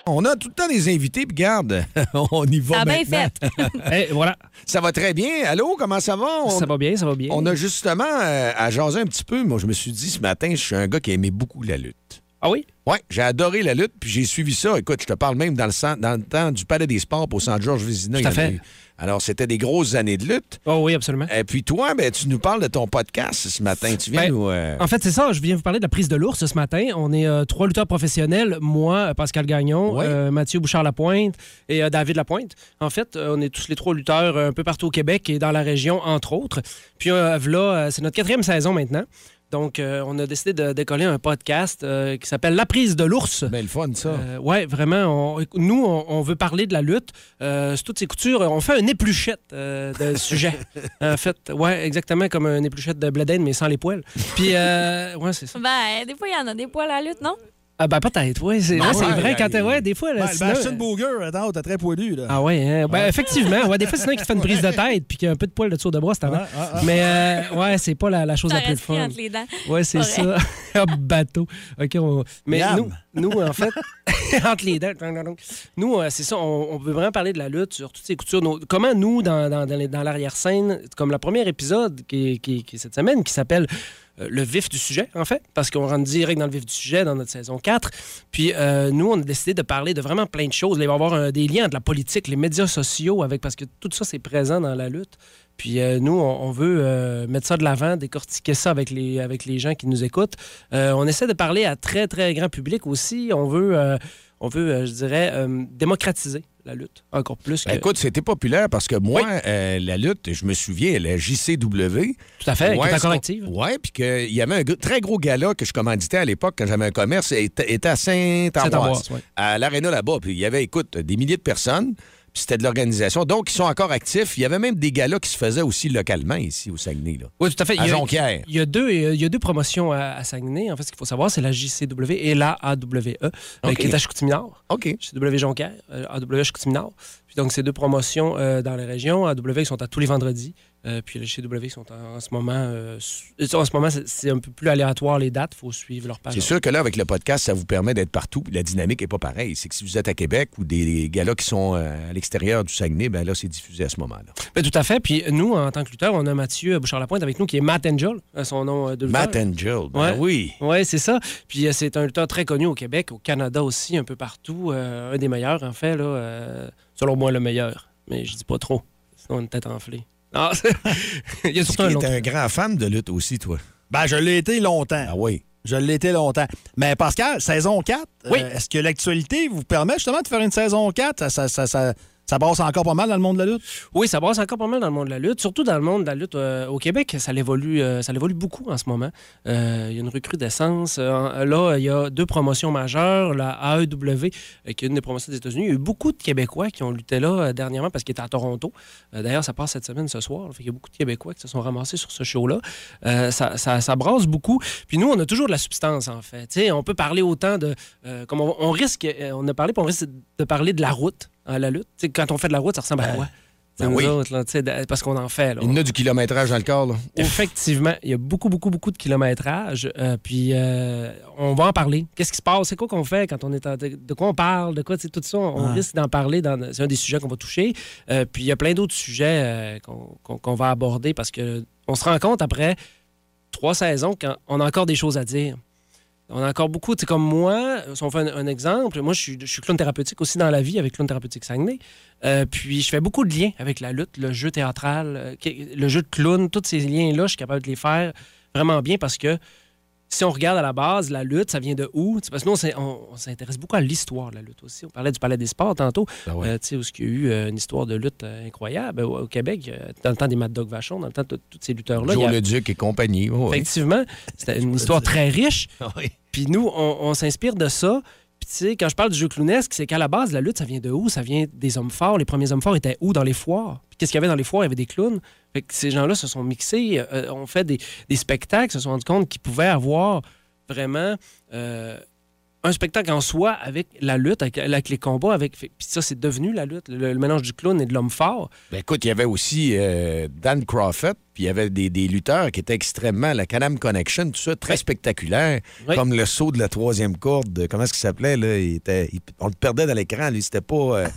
Speaker 3: On a tout le temps des invités, puis garde, <laughs> on y va
Speaker 4: Ça a bien
Speaker 3: maintenant.
Speaker 4: fait.
Speaker 3: <laughs>
Speaker 10: Eh, voilà.
Speaker 3: Ça va très bien. Allô, comment ça va? On,
Speaker 10: Ça va bien, ça va bien.
Speaker 3: on a justement euh, à jaser un petit peu. Moi, je me suis dit ce matin, je suis un gars qui aimait beaucoup la lutte.
Speaker 10: Ah oui?
Speaker 3: Oui, j'ai adoré la lutte, puis j'ai suivi ça. Écoute, je te parle même dans le, cen- dans le temps du Palais des Sports pour Saint-Georges Vézina.
Speaker 10: Tout
Speaker 3: il y
Speaker 10: à
Speaker 3: en a
Speaker 10: fait.
Speaker 3: eu. Alors, c'était des grosses années de lutte.
Speaker 10: Oh oui, absolument.
Speaker 3: Et puis toi, ben, tu nous parles de ton podcast ce matin. Tu viens
Speaker 10: Ben,
Speaker 3: nous... euh,
Speaker 10: En fait, c'est ça. Je viens vous parler de la prise de l'ours ce matin. On est euh, trois lutteurs professionnels. Moi, euh, Pascal Gagnon,
Speaker 3: Ouais.
Speaker 10: euh, Mathieu Bouchard-Lapointe et euh, David Lapointe. En fait, euh, on est tous les trois lutteurs euh, un peu partout au Québec et dans la région, entre autres. Puis euh, voilà, euh, c'est notre quatrième saison maintenant. Donc, euh, on a décidé de décoller un podcast euh, qui s'appelle La prise de l'ours.
Speaker 3: ben, le fun, ça.
Speaker 10: Euh, ouais, vraiment. on- nous, on, on veut parler de la lutte euh, sous toutes ses coutures. On fait un épluchette euh, de sujet. en fait, ouais, exactement comme un épluchette de Bledane, mais sans les poils. Puis, euh, ouais, c'est ça.
Speaker 4: Ben, des fois, il y en a des poils à la lutte, non?
Speaker 10: Ah, ben, peut-être, ouais. C'est,
Speaker 3: Non,
Speaker 10: ah, c'est
Speaker 3: ouais,
Speaker 10: vrai,
Speaker 3: ben,
Speaker 10: quand t'es- ouais, des fois. là,
Speaker 5: Ben,
Speaker 10: sinon-
Speaker 5: ben, Ashton Booger, attends, t'es très poilu, là.
Speaker 10: ah ouais, hein. ben, effectivement, ouais, des fois sinon qu'il te fait une prise de tête puis qu'il y a un peu de poils de dessous de bras, c'est avant. Mais euh, ouais, c'est pas la, la chose la
Speaker 4: Ça
Speaker 10: plus
Speaker 4: reste pris
Speaker 10: fun.
Speaker 4: entre les dents.
Speaker 10: Ouais, c'est
Speaker 4: C'est
Speaker 10: ça. <laughs> Hop, bateau. OK, on- Mais
Speaker 5: Miam.
Speaker 10: nous, nous, en fait, <laughs> entre les dents, dong, dong, dong. nous, euh, c'est ça, on, on veut vraiment parler de la lutte sur toutes ces coutures. Nos- comment nous, dans, dans- dans les- dans l'arrière-scène, comme le premier épisode qui, est- qui est- qui est cette semaine, qui s'appelle euh, Le vif du sujet, en fait, parce qu'on rentre direct dans le vif du sujet dans notre saison 4. Puis euh, nous, on a décidé de parler de vraiment plein de choses. Il va y avoir euh, des liens entre la politique, les médias sociaux, avec parce que tout ça, c'est présent dans la lutte. Puis euh, nous, on, on veut euh, mettre ça de l'avant, décortiquer ça avec les, avec les gens qui nous écoutent. Euh, on essaie de parler à très, très grand public aussi. On veut, euh, on veut euh, je dirais, euh, démocratiser la lutte encore plus. Que...
Speaker 3: Ben, écoute, c'était populaire parce que moi, euh, la lutte, je me souviens, la JCW.
Speaker 10: Tout à fait, qui est
Speaker 3: est-ce
Speaker 10: encore
Speaker 3: qu'on-
Speaker 10: active.
Speaker 3: Ouais, puis qu'il y avait un gr- très gros gala que je commanditais à l'époque quand j'avais un commerce, et était était à Saint-Ambroise,
Speaker 10: Saint-Ambroise, ouais.
Speaker 3: à l'aréna là-bas. Puis il y avait, écoute, des milliers de personnes. Puis c'était de l'organisation. Donc, ils sont encore actifs. Il y avait même des galas qui se faisaient aussi localement ici au Saguenay. Là.
Speaker 10: Oui, tout à fait.
Speaker 3: À
Speaker 10: il, y a,
Speaker 3: Jonquière.
Speaker 10: il y a deux, il y a deux promotions à, à Saguenay. En fait, ce qu'il faut savoir, c'est la JCW et la AWE, euh,
Speaker 3: OK.
Speaker 10: qui est à Chicoutimi-Nord.
Speaker 3: OK.
Speaker 10: chez W Jonquière, euh, AW Chicoutimi-Nord. Puis donc, c'est deux promotions euh, dans les régions. AW, ils sont à tous les vendredis. Euh, puis chez W, ils sont en, en ce moment... euh, su- en ce moment, c'est- c'est un peu plus aléatoire les dates. Il faut suivre leur page.
Speaker 3: C'est sûr que là, avec le podcast, ça vous permet d'être partout. puis La dynamique n'est pas pareille. C'est que si vous êtes à Québec ou des, des galas qui sont euh, à l'extérieur du Saguenay, ben là, c'est diffusé à ce moment-là.
Speaker 10: Ben, tout à fait. Puis nous, en tant que lutteur, on a Mathieu Bouchard-Lapointe avec nous, qui est Matt Angel, euh, son nom euh, de lutteur.
Speaker 3: Matt Angel, ben
Speaker 10: Ouais.
Speaker 3: oui.
Speaker 10: Oui, c'est ça. Puis euh, c'est un lutteur très connu au Québec, au Canada aussi, un peu partout. Euh, un des meilleurs, en fait. Là, euh, selon moi, le meilleur. Mais je dis pas trop. Sinon, on est peut-être enflé. Ah, <laughs> il y a
Speaker 3: Tu
Speaker 10: surtout un long...
Speaker 3: un grand fan de lutte aussi, toi.
Speaker 5: Ben, je l'ai été longtemps.
Speaker 3: Ah oui.
Speaker 5: Je l'ai été longtemps. Mais Pascal, saison 4,
Speaker 10: Oui.
Speaker 5: euh, est-ce que l'actualité vous permet justement de faire une saison 4? Ça, ça, ça, ça, ça brasse encore pas mal dans le monde de la lutte?
Speaker 10: Oui, ça brasse encore pas mal dans le monde de la lutte, surtout dans le monde de la lutte euh, au Québec. Ça l'évolue, euh, ça l'évolue beaucoup en ce moment. Euh, Il y a une recrudescence. Euh, en- là, il y a deux promotions majeures, la AEW, euh, qui est une des promotions des États-Unis. Il y a eu beaucoup de Québécois qui ont lutté là euh, dernièrement parce qu'ils étaient à Toronto. Euh, D'ailleurs, ça passe cette semaine, ce soir. Il y a beaucoup de Québécois qui se sont ramassés sur ce show-là. Euh, ça, ça, ça brasse beaucoup. Puis nous, on a toujours de la substance, en fait. Tu sais, on peut parler autant de... euh, comme on, on risque... euh, On a parlé, puis on risque de parler de la route, à la lutte. Tu sais, quand on fait de la route, ça ressemble à quoi?
Speaker 3: Ben
Speaker 10: Nous
Speaker 3: oui.
Speaker 10: autres, là, tu sais, de- parce qu'on en fait. là.
Speaker 3: Il y en a du kilométrage dans le corps, là.
Speaker 10: Effectivement, il y a beaucoup, beaucoup, beaucoup de kilométrage. euh, puis euh, on va en parler. Qu'est-ce qui se passe? C'est quoi qu'on fait quand on est en- de, de quoi on parle? De quoi? tu sais, Tout ça, on
Speaker 5: Ouais.
Speaker 10: risque d'en parler. dans- C'est un des sujets qu'on va toucher. Euh, puis il y a plein d'autres sujets euh, qu'on qu'on- qu'on va aborder parce que on se rend compte après trois saisons qu'on a encore des choses à dire. On a encore beaucoup. Tu sais, comme moi, si on fait un, un exemple, moi, je suis, je suis clown thérapeutique aussi dans la vie avec Clown Thérapeutique Saguenay. Euh, puis je fais beaucoup de liens avec la lutte, le jeu théâtral, euh, qui- le jeu de clown, tous ces liens-là, je suis capable de les faire vraiment bien parce que si on regarde à la base, la lutte, ça vient de où? Tu sais, Parce que nous, on s'in- on, on s'intéresse beaucoup à l'histoire de la lutte aussi. On parlait du Palais des Sports tantôt,
Speaker 3: Ah ouais.
Speaker 10: euh, tu sais, où il y a eu euh, une histoire de lutte euh, incroyable au, au Québec, euh, dans le temps des Mad Dog Vachon, dans le temps de tous ces lutteurs-là. Il y
Speaker 3: Joe
Speaker 10: a-
Speaker 3: Le Duc et compagnie. ouais,
Speaker 5: <laughs>
Speaker 3: ouais.
Speaker 10: Effectivement, c'était une histoire très riche. Puis nous, on, on s'inspire de ça. Puis tu sais, quand je parle du jeu clownesque, c'est qu'à la base, la lutte, ça vient de où? Ça vient des hommes forts. Les premiers hommes forts étaient où? Dans les foires. Puis qu'est-ce qu'il y avait dans les foires? Il y avait des clowns. Fait que ces gens-là se sont mixés, euh, ont fait des, des spectacles, se sont rendus compte qu'ils pouvaient avoir vraiment... euh, un spectacle en soi avec la lutte, avec, avec les combats. Avec, fait- puis ça, c'est devenu la lutte, le, le mélange du clown et de l'homme fort.
Speaker 3: Ben, écoute, il y avait aussi euh, Dan Crawford, puis il y avait des, des lutteurs qui étaient extrêmement. La Canam Connection, tout ça, très spectaculaire.
Speaker 10: Oui.
Speaker 3: Comme le saut de la troisième corde. euh, Comment est-ce qu'il s'appelait, là? Il était, il- on le perdait dans l'écran, lui. C'était
Speaker 10: <laughs>
Speaker 3: pas. euh,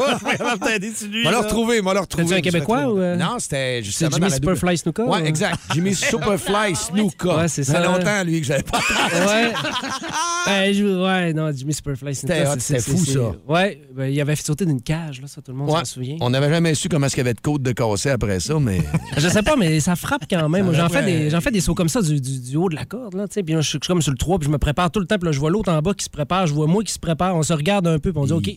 Speaker 3: On l'a retrouvé, on l'a
Speaker 10: C'était-tu
Speaker 3: retrouvé.
Speaker 10: un
Speaker 3: je me
Speaker 10: Québécois
Speaker 3: retrouve.
Speaker 10: ou, euh,
Speaker 3: Non, c'était justement.
Speaker 10: Jimmy
Speaker 3: dans la double-
Speaker 10: Superfly Snuka,
Speaker 3: Ouais,
Speaker 10: ou-
Speaker 3: exact.
Speaker 10: <laughs>
Speaker 3: Jimmy Superfly Snuka.
Speaker 10: Ouais, c'est ça.
Speaker 3: Ça fait longtemps, lui, que j'avais pas. <laughs>
Speaker 10: Ouais. Ben, je- ouais, non, Jimmy Superfly, c'est-
Speaker 3: C'était hot,
Speaker 10: c'est-
Speaker 3: c'était
Speaker 10: c'est-
Speaker 3: fou,
Speaker 10: c'est-
Speaker 3: ça.
Speaker 10: Ouais, ben, il avait sauté d'une cage, là, ça, tout le monde
Speaker 3: Ouais.
Speaker 10: s'en souvient.
Speaker 3: On n'avait jamais su comment est-ce qu'il y avait de côte de cassé après ça, <laughs> mais.
Speaker 10: Je sais pas, mais ça frappe quand même. Moi, J'en fais,
Speaker 3: Après-
Speaker 10: des, j'en fais des sauts comme ça du, du- du haut de la corde. Là, tu sais. puis là, je suis comme sur le 3, puis je me prépare tout le temps. Puis là, je vois l'autre en bas qui se prépare, je vois moi qui se prépare. On se regarde un peu, puis on dit OK,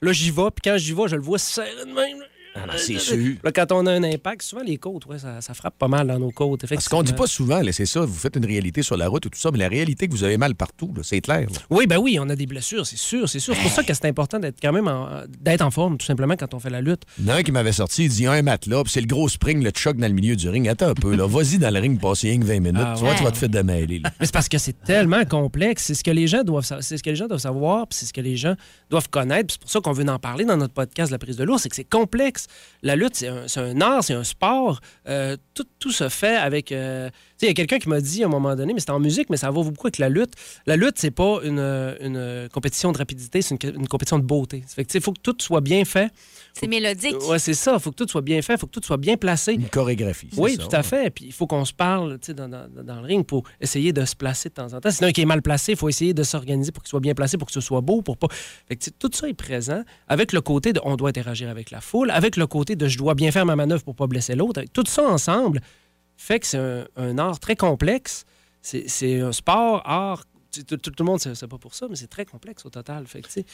Speaker 10: là, j'y vais. Puis quand j'y vais, je le vois serré de même. là.
Speaker 3: Ah, non, c'est sûr.
Speaker 10: Là, quand on a un impact, souvent les côtes, ouais, ça, ça frappe pas mal dans nos côtes.
Speaker 3: Parce qu'on
Speaker 10: effectivement.
Speaker 3: dit pas souvent, là, c'est ça, vous faites une réalité sur la route et tout ça, mais la réalité que vous avez mal partout, là, c'est clair. là.
Speaker 10: Oui, ben oui, on a des blessures, c'est sûr, c'est sûr. C'est pour ça que c'est important d'être quand même en, d'être en forme, tout simplement, quand on fait la lutte.
Speaker 3: Il y en a un qui m'avait sorti, il dit il y a un matelas, puis c'est le gros spring, le choc dans le milieu du ring. Attends un peu, là, vas-y dans le ring, passe rien que 20 minutes,
Speaker 10: Ah
Speaker 3: tu vois,
Speaker 10: ouais.
Speaker 3: tu vas te faire démêler. là.
Speaker 10: Mais c'est parce que c'est tellement complexe. C'est ce que les gens doivent, sa- c'est ce que les gens doivent savoir, puis c'est ce que les gens doivent connaître. Puis C'est pour ça qu'on veut en parler dans notre podcast La prise de l'ours. C'est que c'est complexe. La lutte, c'est un, c'est un art, c'est un sport. Euh, tout, tout se fait avec. euh, tu sais, il y a quelqu'un qui m'a dit à un moment donné, mais c'était en musique, mais ça vaut beaucoup avec la lutte. La lutte, c'est pas une, une, euh, compétition de rapidité, c'est une, une compétition de beauté. Ça fait que, tu sais, faut que tout soit bien fait.
Speaker 4: C'est mélodique.
Speaker 10: Ouais, c'est ça. Faut que tout soit bien fait, faut que tout soit bien placé.
Speaker 3: Une chorégraphie. c'est
Speaker 10: Oui,
Speaker 3: ça,
Speaker 10: tout à fait. Puis il faut qu'on se parle tu sais, dans, dans- dans le ring pour essayer de se placer de temps en temps. Sinon, qui est mal placé, il faut essayer de s'organiser pour qu'il soit bien placé, pour que ce soit beau, pour pas. Fait que, tu sais, tout ça est présent. Avec le côté de on doit interagir avec la foule, avec le côté de je dois bien faire ma manœuvre pour pas blesser l'autre. Avec Tout ça ensemble fait que c'est un, un art très complexe. C'est c'est un sport, art. tu sais, Tout, tout- tout le monde, c'est c'est pas pour ça, mais c'est très complexe au total. Fait que, tu sais,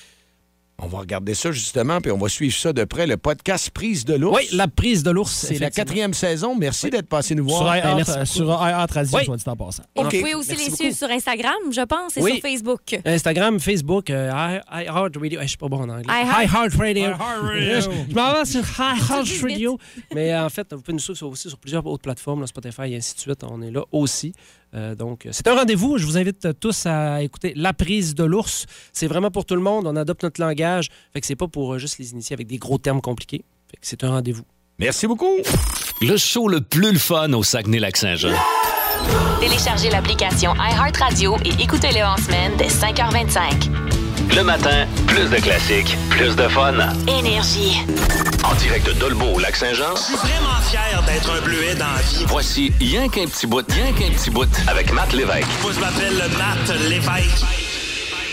Speaker 3: On va regarder ça justement, puis on va suivre ça de près, le podcast Prise de l'ours.
Speaker 10: oui, la prise de l'ours.
Speaker 3: c'est la
Speaker 10: effectivement.
Speaker 3: quatrième saison. Merci d'être passé nous
Speaker 5: Sur
Speaker 3: voir.
Speaker 10: Ben,
Speaker 5: iHeart
Speaker 10: merci
Speaker 5: euh,
Speaker 10: beaucoup.
Speaker 5: sur iHeart Radio,
Speaker 10: Oui.
Speaker 5: soit dit en passant.
Speaker 4: Et
Speaker 3: OK.
Speaker 4: Vous pouvez aussi
Speaker 10: Merci
Speaker 4: les
Speaker 10: beaucoup.
Speaker 4: suivre sur Instagram, je pense, et
Speaker 10: Oui.
Speaker 4: sur Facebook.
Speaker 10: Instagram, Facebook, euh, I- iHeartRadio. Eh, je suis pas bon en anglais.
Speaker 4: iHeart-
Speaker 10: iHeartRadio.
Speaker 5: iHeartRadio.
Speaker 10: <laughs> Je m'en vais sur iHeartRadio.
Speaker 4: vite.
Speaker 10: Mais euh, en fait, vous pouvez nous suivre sur- aussi sur plusieurs autres plateformes, là, Spotify et ainsi de suite. On est là aussi. Euh, donc, euh, c'est un rendez-vous. Je vous invite euh, tous à écouter La prise de l'ours. C'est vraiment pour tout le monde. On adopte notre langage. Fait que c'est pas pour euh, juste les initiés avec des gros termes compliqués. Fait que c'est un rendez-vous.
Speaker 3: Merci beaucoup.
Speaker 2: Le show le plus le fun au Saguenay-Lac-Saint-Jean.
Speaker 1: Téléchargez l'application iHeartRadio et écoutez-le en semaine dès 5h25.
Speaker 2: Le matin, plus de classiques, plus de fun.
Speaker 1: Énergie.
Speaker 2: En direct de Dolbeau au Lac-Saint-Jean,
Speaker 11: Vraiment fier d'être un bleuet dans la vie.
Speaker 2: voici Rien qu'un petit bout, rien qu'un petit bout avec Matt Lévesque.
Speaker 11: Moi, je m'appelle Matt Lévesque.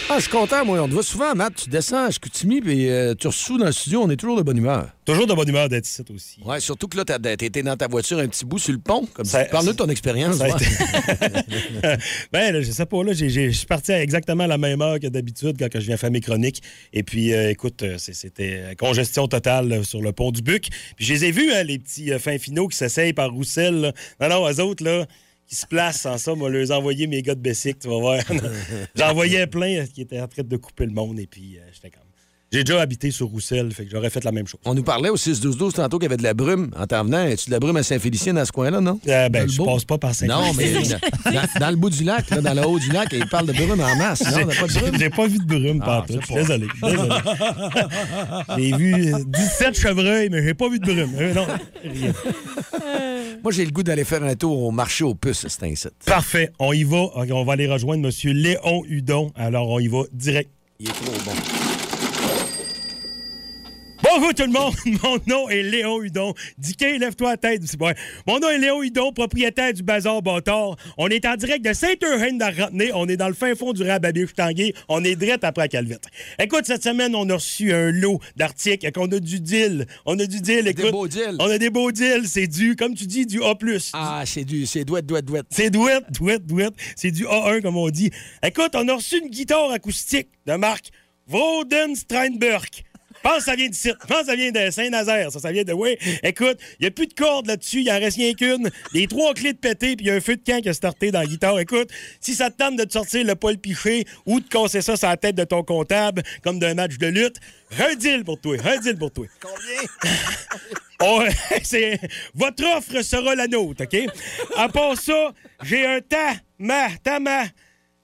Speaker 3: Ah, je suis content, moi. On te voit souvent, Matt. Tu descends à Chicoutimi, puis euh, tu ressous dans le studio. On est toujours de bonne humeur.
Speaker 11: Toujours de bonne humeur d'être ici aussi.
Speaker 3: Ouais, surtout que là, t'as- t'étais dans ta voiture un petit bout sur le pont. Comme
Speaker 11: Ça-
Speaker 3: ça, parle-nous de ton expérience.
Speaker 11: Ça a
Speaker 3: ouais.
Speaker 11: ben, là, je sais pas, là, j'ai- j'ai- je suis parti à exactement la même heure que d'habitude quand que je viens faire mes chroniques. Et puis, euh, écoute, euh, c'est- c'était euh, congestion totale là, sur le pont du Buc. Puis, je les ai vus, hein, les petits euh, fins finaux qui s'essayent par Roussel. là. Non, non, eux autres, là, qui se placent en ça. Moi, les envoyer mes gars de Bessic, tu vas voir. J'en voyais plein euh, qui étaient en train de couper le monde. Et puis, euh, j'étais comme. J'ai déjà habité sur Roussel, fait que j'aurais fait la même chose.
Speaker 3: On nous parlait au 6-12-12 tantôt qu'il y avait de la brume en t'en venant. As-tu de la brume à Saint-Félicien dans ce coin-là, non?
Speaker 11: Euh, ben,
Speaker 3: Dans le
Speaker 11: je
Speaker 3: beau.
Speaker 11: passe pas par saint
Speaker 3: Non, mais <laughs> dans, dans- dans le bout du lac, là, dans le haut du lac, il parle de brume en masse. Non, on n'a pas de brume.
Speaker 11: J'ai pas vu de brume
Speaker 3: Ah,
Speaker 11: partout.
Speaker 3: c'est
Speaker 11: Je suis Désolé. je suis désolé. j'ai vu euh, 17 chevreuils, mais j'ai pas vu de brume. Euh, non.
Speaker 3: <laughs> Moi, j'ai le goût d'aller faire un tour au marché aux puces, c'est un site.
Speaker 11: Parfait. On y va. Ok, On va aller rejoindre M. Léon Hudon. Alors, on y va direct.
Speaker 3: Il est trop bon.
Speaker 11: Bonjour tout le monde, <laughs> mon nom est Léon Hudon. Diquet, lève-toi la tête. C'est bon. Mon nom est Léon Hudon, propriétaire du Bazar Bâtard. On est en direct de Saint-Euren d'Arrentenay. On est dans le fin fond du rababier tanguay On est direct après Calvette. Écoute, cette semaine, on a reçu un lot d'articles. On a du deal. On a du deal. Écoute,
Speaker 3: beaux deals.
Speaker 11: On a des beaux deals. C'est du, comme tu dis, du A+.
Speaker 3: Ah, c'est du, c'est douette, douette, douette.
Speaker 11: C'est douette, douette, douette. C'est du A1, comme on dit. Écoute, on a reçu une guitare acoustique de marque Vroden Steinberg. Je pense que ça vient d'ici. Je pense que ça vient de Saint-Nazaire. Ça, ça vient de. Oui. Écoute, il n'y a plus de cordes là-dessus. Il en reste rien qu'une. Les trois clés de pété, puis il y a un feu de camp qui a starté dans la guitare. Écoute, si ça te tente de te sortir le poil piché ou de casser ça sur la tête de ton comptable, comme d'un match de lutte, un deal pour toi. Un deal pour toi. Oh, <laughs> c'est- votre offre sera la nôtre, OK? À part ça, j'ai un ta, ma, ta, ma,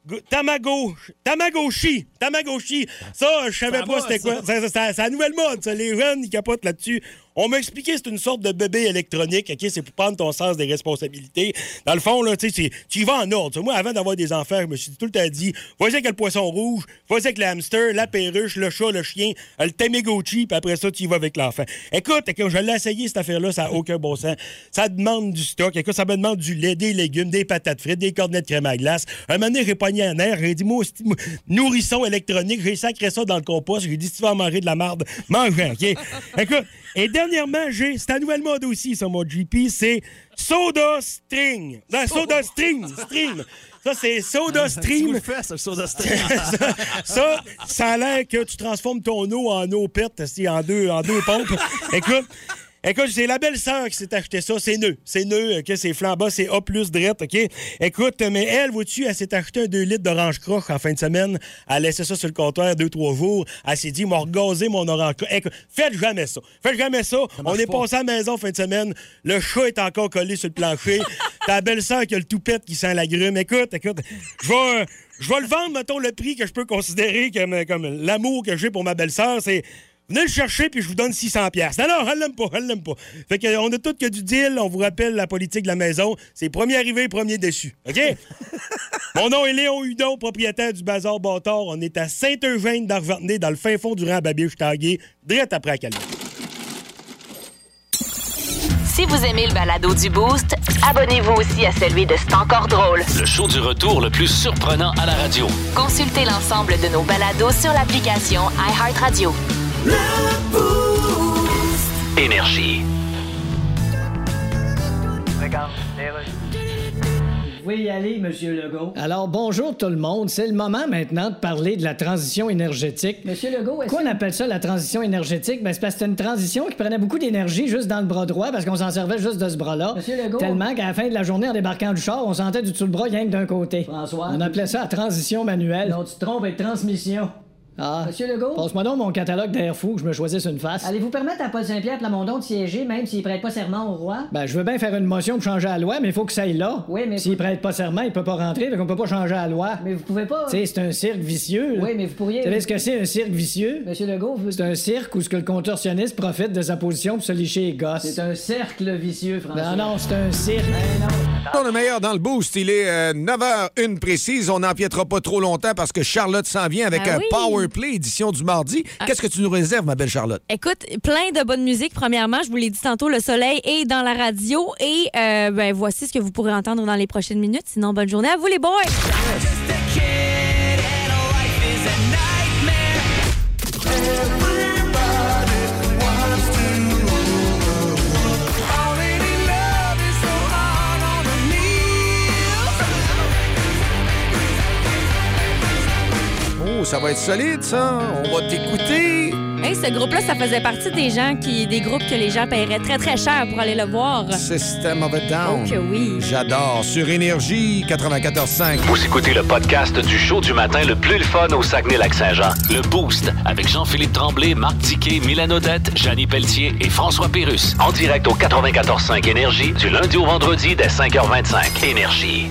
Speaker 11: Go- Tamago, Tamagoshi, Tamagoshi. Ça, je savais
Speaker 12: C'est
Speaker 11: pas
Speaker 12: la
Speaker 11: c'était quoi.
Speaker 12: mode, ça.
Speaker 11: C'est- C'est c'est la nouvelle mode, ça. Les jeunes, ils capotent là-dessus. On m'a expliqué c'est une sorte de bébé électronique, OK? C'est pour prendre ton sens des responsabilités. Dans le fond, là, tu sais, c'est- tu y vas en ordre. Tu sais, Moi, avant d'avoir des enfants, je me suis tout le temps dit, vas-y avec le poisson rouge, vas-y avec le hamster, la perruche, le chat, le chien, le Tamagotchi, puis après ça, tu y vas avec l'enfant. Écoute, quand je l'ai essayé, cette affaire-là, ça n'a aucun bon sens. Ça demande du stock. Écoute, ça me demande du lait, des légumes, des patates frites, des cornettes crème à glace. Un moment donné, j'ai pogné en air, j'ai dit, moi, c'est- moi, nourrisson électronique, j'ai sacré ça dans le compost, j'ai dit, si tu vas en manger de la marde, mange-en, OK? Écoute, et dernièrement, j'ai, c'est la nouvelle mode aussi, ça, mon GP, c'est Soda String. Non, soda Stream, Stream. Ça, c'est Soda Stream. Soda Stream. ça, ça a l'air que tu transformes ton eau en eau perte, si, en deux, en deux pompes. Écoute. Écoute, c'est la belle-sœur qui s'est acheté ça. C'est nœud. C'est nœud, OK? C'est flambant, c'est A plus drette, OK? Écoute, mais elle, vois-tu, elle s'est acheté un 2 litres d'orange croche en fin de semaine. Elle a laissé ça sur le comptoir deux, trois jours. Elle s'est dit, m'a regazé mon orange croche. Écoute, faites jamais ça. Faites jamais ça. On est passé à la maison fin de semaine. Le chat est encore collé sur le plancher. Ta belle-sœur qui a le toupette qui sent la grume. Écoute, écoute, je vais... Je vais le vendre, mettons, le prix que je peux considérer comme, comme l'amour que j'ai pour ma belle-sœur, c'est Venez le chercher, puis je vous donne 600 pièces. Non, non, elle l'aime pas, elle l'aime pas. Fait que, euh, on a tout que du deal. On vous rappelle la politique de la maison. C'est premier arrivé, premier déçu. OK? Mon nom est Léon Hudon, propriétaire du Bazar Bâtard. On est à Saint-Eugène d'Arventenay, dans le fin fond du rang à babiche tagué direct après la calme.
Speaker 1: Si vous aimez le balado du Boost, abonnez-vous aussi à celui de C'est encore drôle.
Speaker 2: Le show du retour le plus surprenant à la radio.
Speaker 1: Consultez l'ensemble de nos balados sur l'application iHeartRadio.
Speaker 2: Énergie.
Speaker 7: Vous pouvez y aller, Monsieur Legault.
Speaker 6: Alors, bonjour tout le monde. C'est le moment maintenant de parler de la transition énergétique. Monsieur Legault, est Quoi on appelle ça la transition énergétique? Ben, c'est parce que c'était une transition qui prenait beaucoup d'énergie juste dans le bras droit parce qu'on s'en servait juste de ce bras-là.
Speaker 7: Monsieur Legault.
Speaker 6: Tellement qu'à la fin de la journée, en débarquant du char, on sentait du dessous le bras rien que d'un côté.
Speaker 7: François.
Speaker 6: On appelait ça la transition manuelle.
Speaker 7: Non, tu te trompes avec transmission.
Speaker 6: Ah.
Speaker 7: Monsieur Legault.
Speaker 6: Passe-moi donc mon catalogue d'air fou que je me choisisse une face.
Speaker 7: Allez-vous permettre à Paul Saint-Pierre Plamondon de siéger, même s'il prête pas serment au roi?
Speaker 6: Ben, je veux bien faire une motion pour changer la loi, mais il faut que ça aille là.
Speaker 7: Oui, mais-
Speaker 6: S'il prête pas serment, il peut pas rentrer, donc on peut pas changer la loi.
Speaker 7: Mais vous pouvez pas.
Speaker 6: Tu sais, c'est un cirque vicieux. là.
Speaker 7: Oui, mais vous pourriez.
Speaker 6: Vous savez ce que c'est un cirque vicieux?
Speaker 7: Monsieur Legault, vous-
Speaker 6: C'est un cirque où ce que le contorsionniste profite de sa position pour se licher les gosses.
Speaker 7: c'est un cercle vicieux, François. Ben
Speaker 6: Non, non, c'est un cirque.
Speaker 3: On est meilleur dans le boost. Il est euh, 9h01 précise. On n'empiètera pas trop longtemps parce que Charlotte s'en vient avec
Speaker 4: Ah
Speaker 3: un
Speaker 4: oui.
Speaker 3: Power Play édition du mardi.
Speaker 4: Ah.
Speaker 3: Qu'est-ce que tu nous réserves, ma belle Charlotte?
Speaker 4: Écoute, plein de bonne musique. Premièrement, je vous l'ai dit tantôt, le soleil est dans la radio. Et euh, ben, voici ce que vous pourrez entendre dans les prochaines minutes. Sinon, bonne journée à vous, les boys!
Speaker 3: Oh, ça va être solide, ça. On va t'écouter.
Speaker 4: Hey, ce groupe-là, ça faisait partie des gens qui, des groupes que les gens paieraient très, très cher pour aller le voir.
Speaker 3: System of a Down.
Speaker 4: Oh que oui.
Speaker 3: J'adore. Sur Énergie 94.5.
Speaker 2: Vous écoutez le podcast du show du matin le plus le fun au Saguenay-Lac-Saint-Jean. Le Boost avec Jean-Philippe Tremblay, Marc Tiquet, Milan Odette, Janine Pelletier et François Pérus. En direct au 94.5 Énergie du lundi au vendredi dès 5h25. Énergie.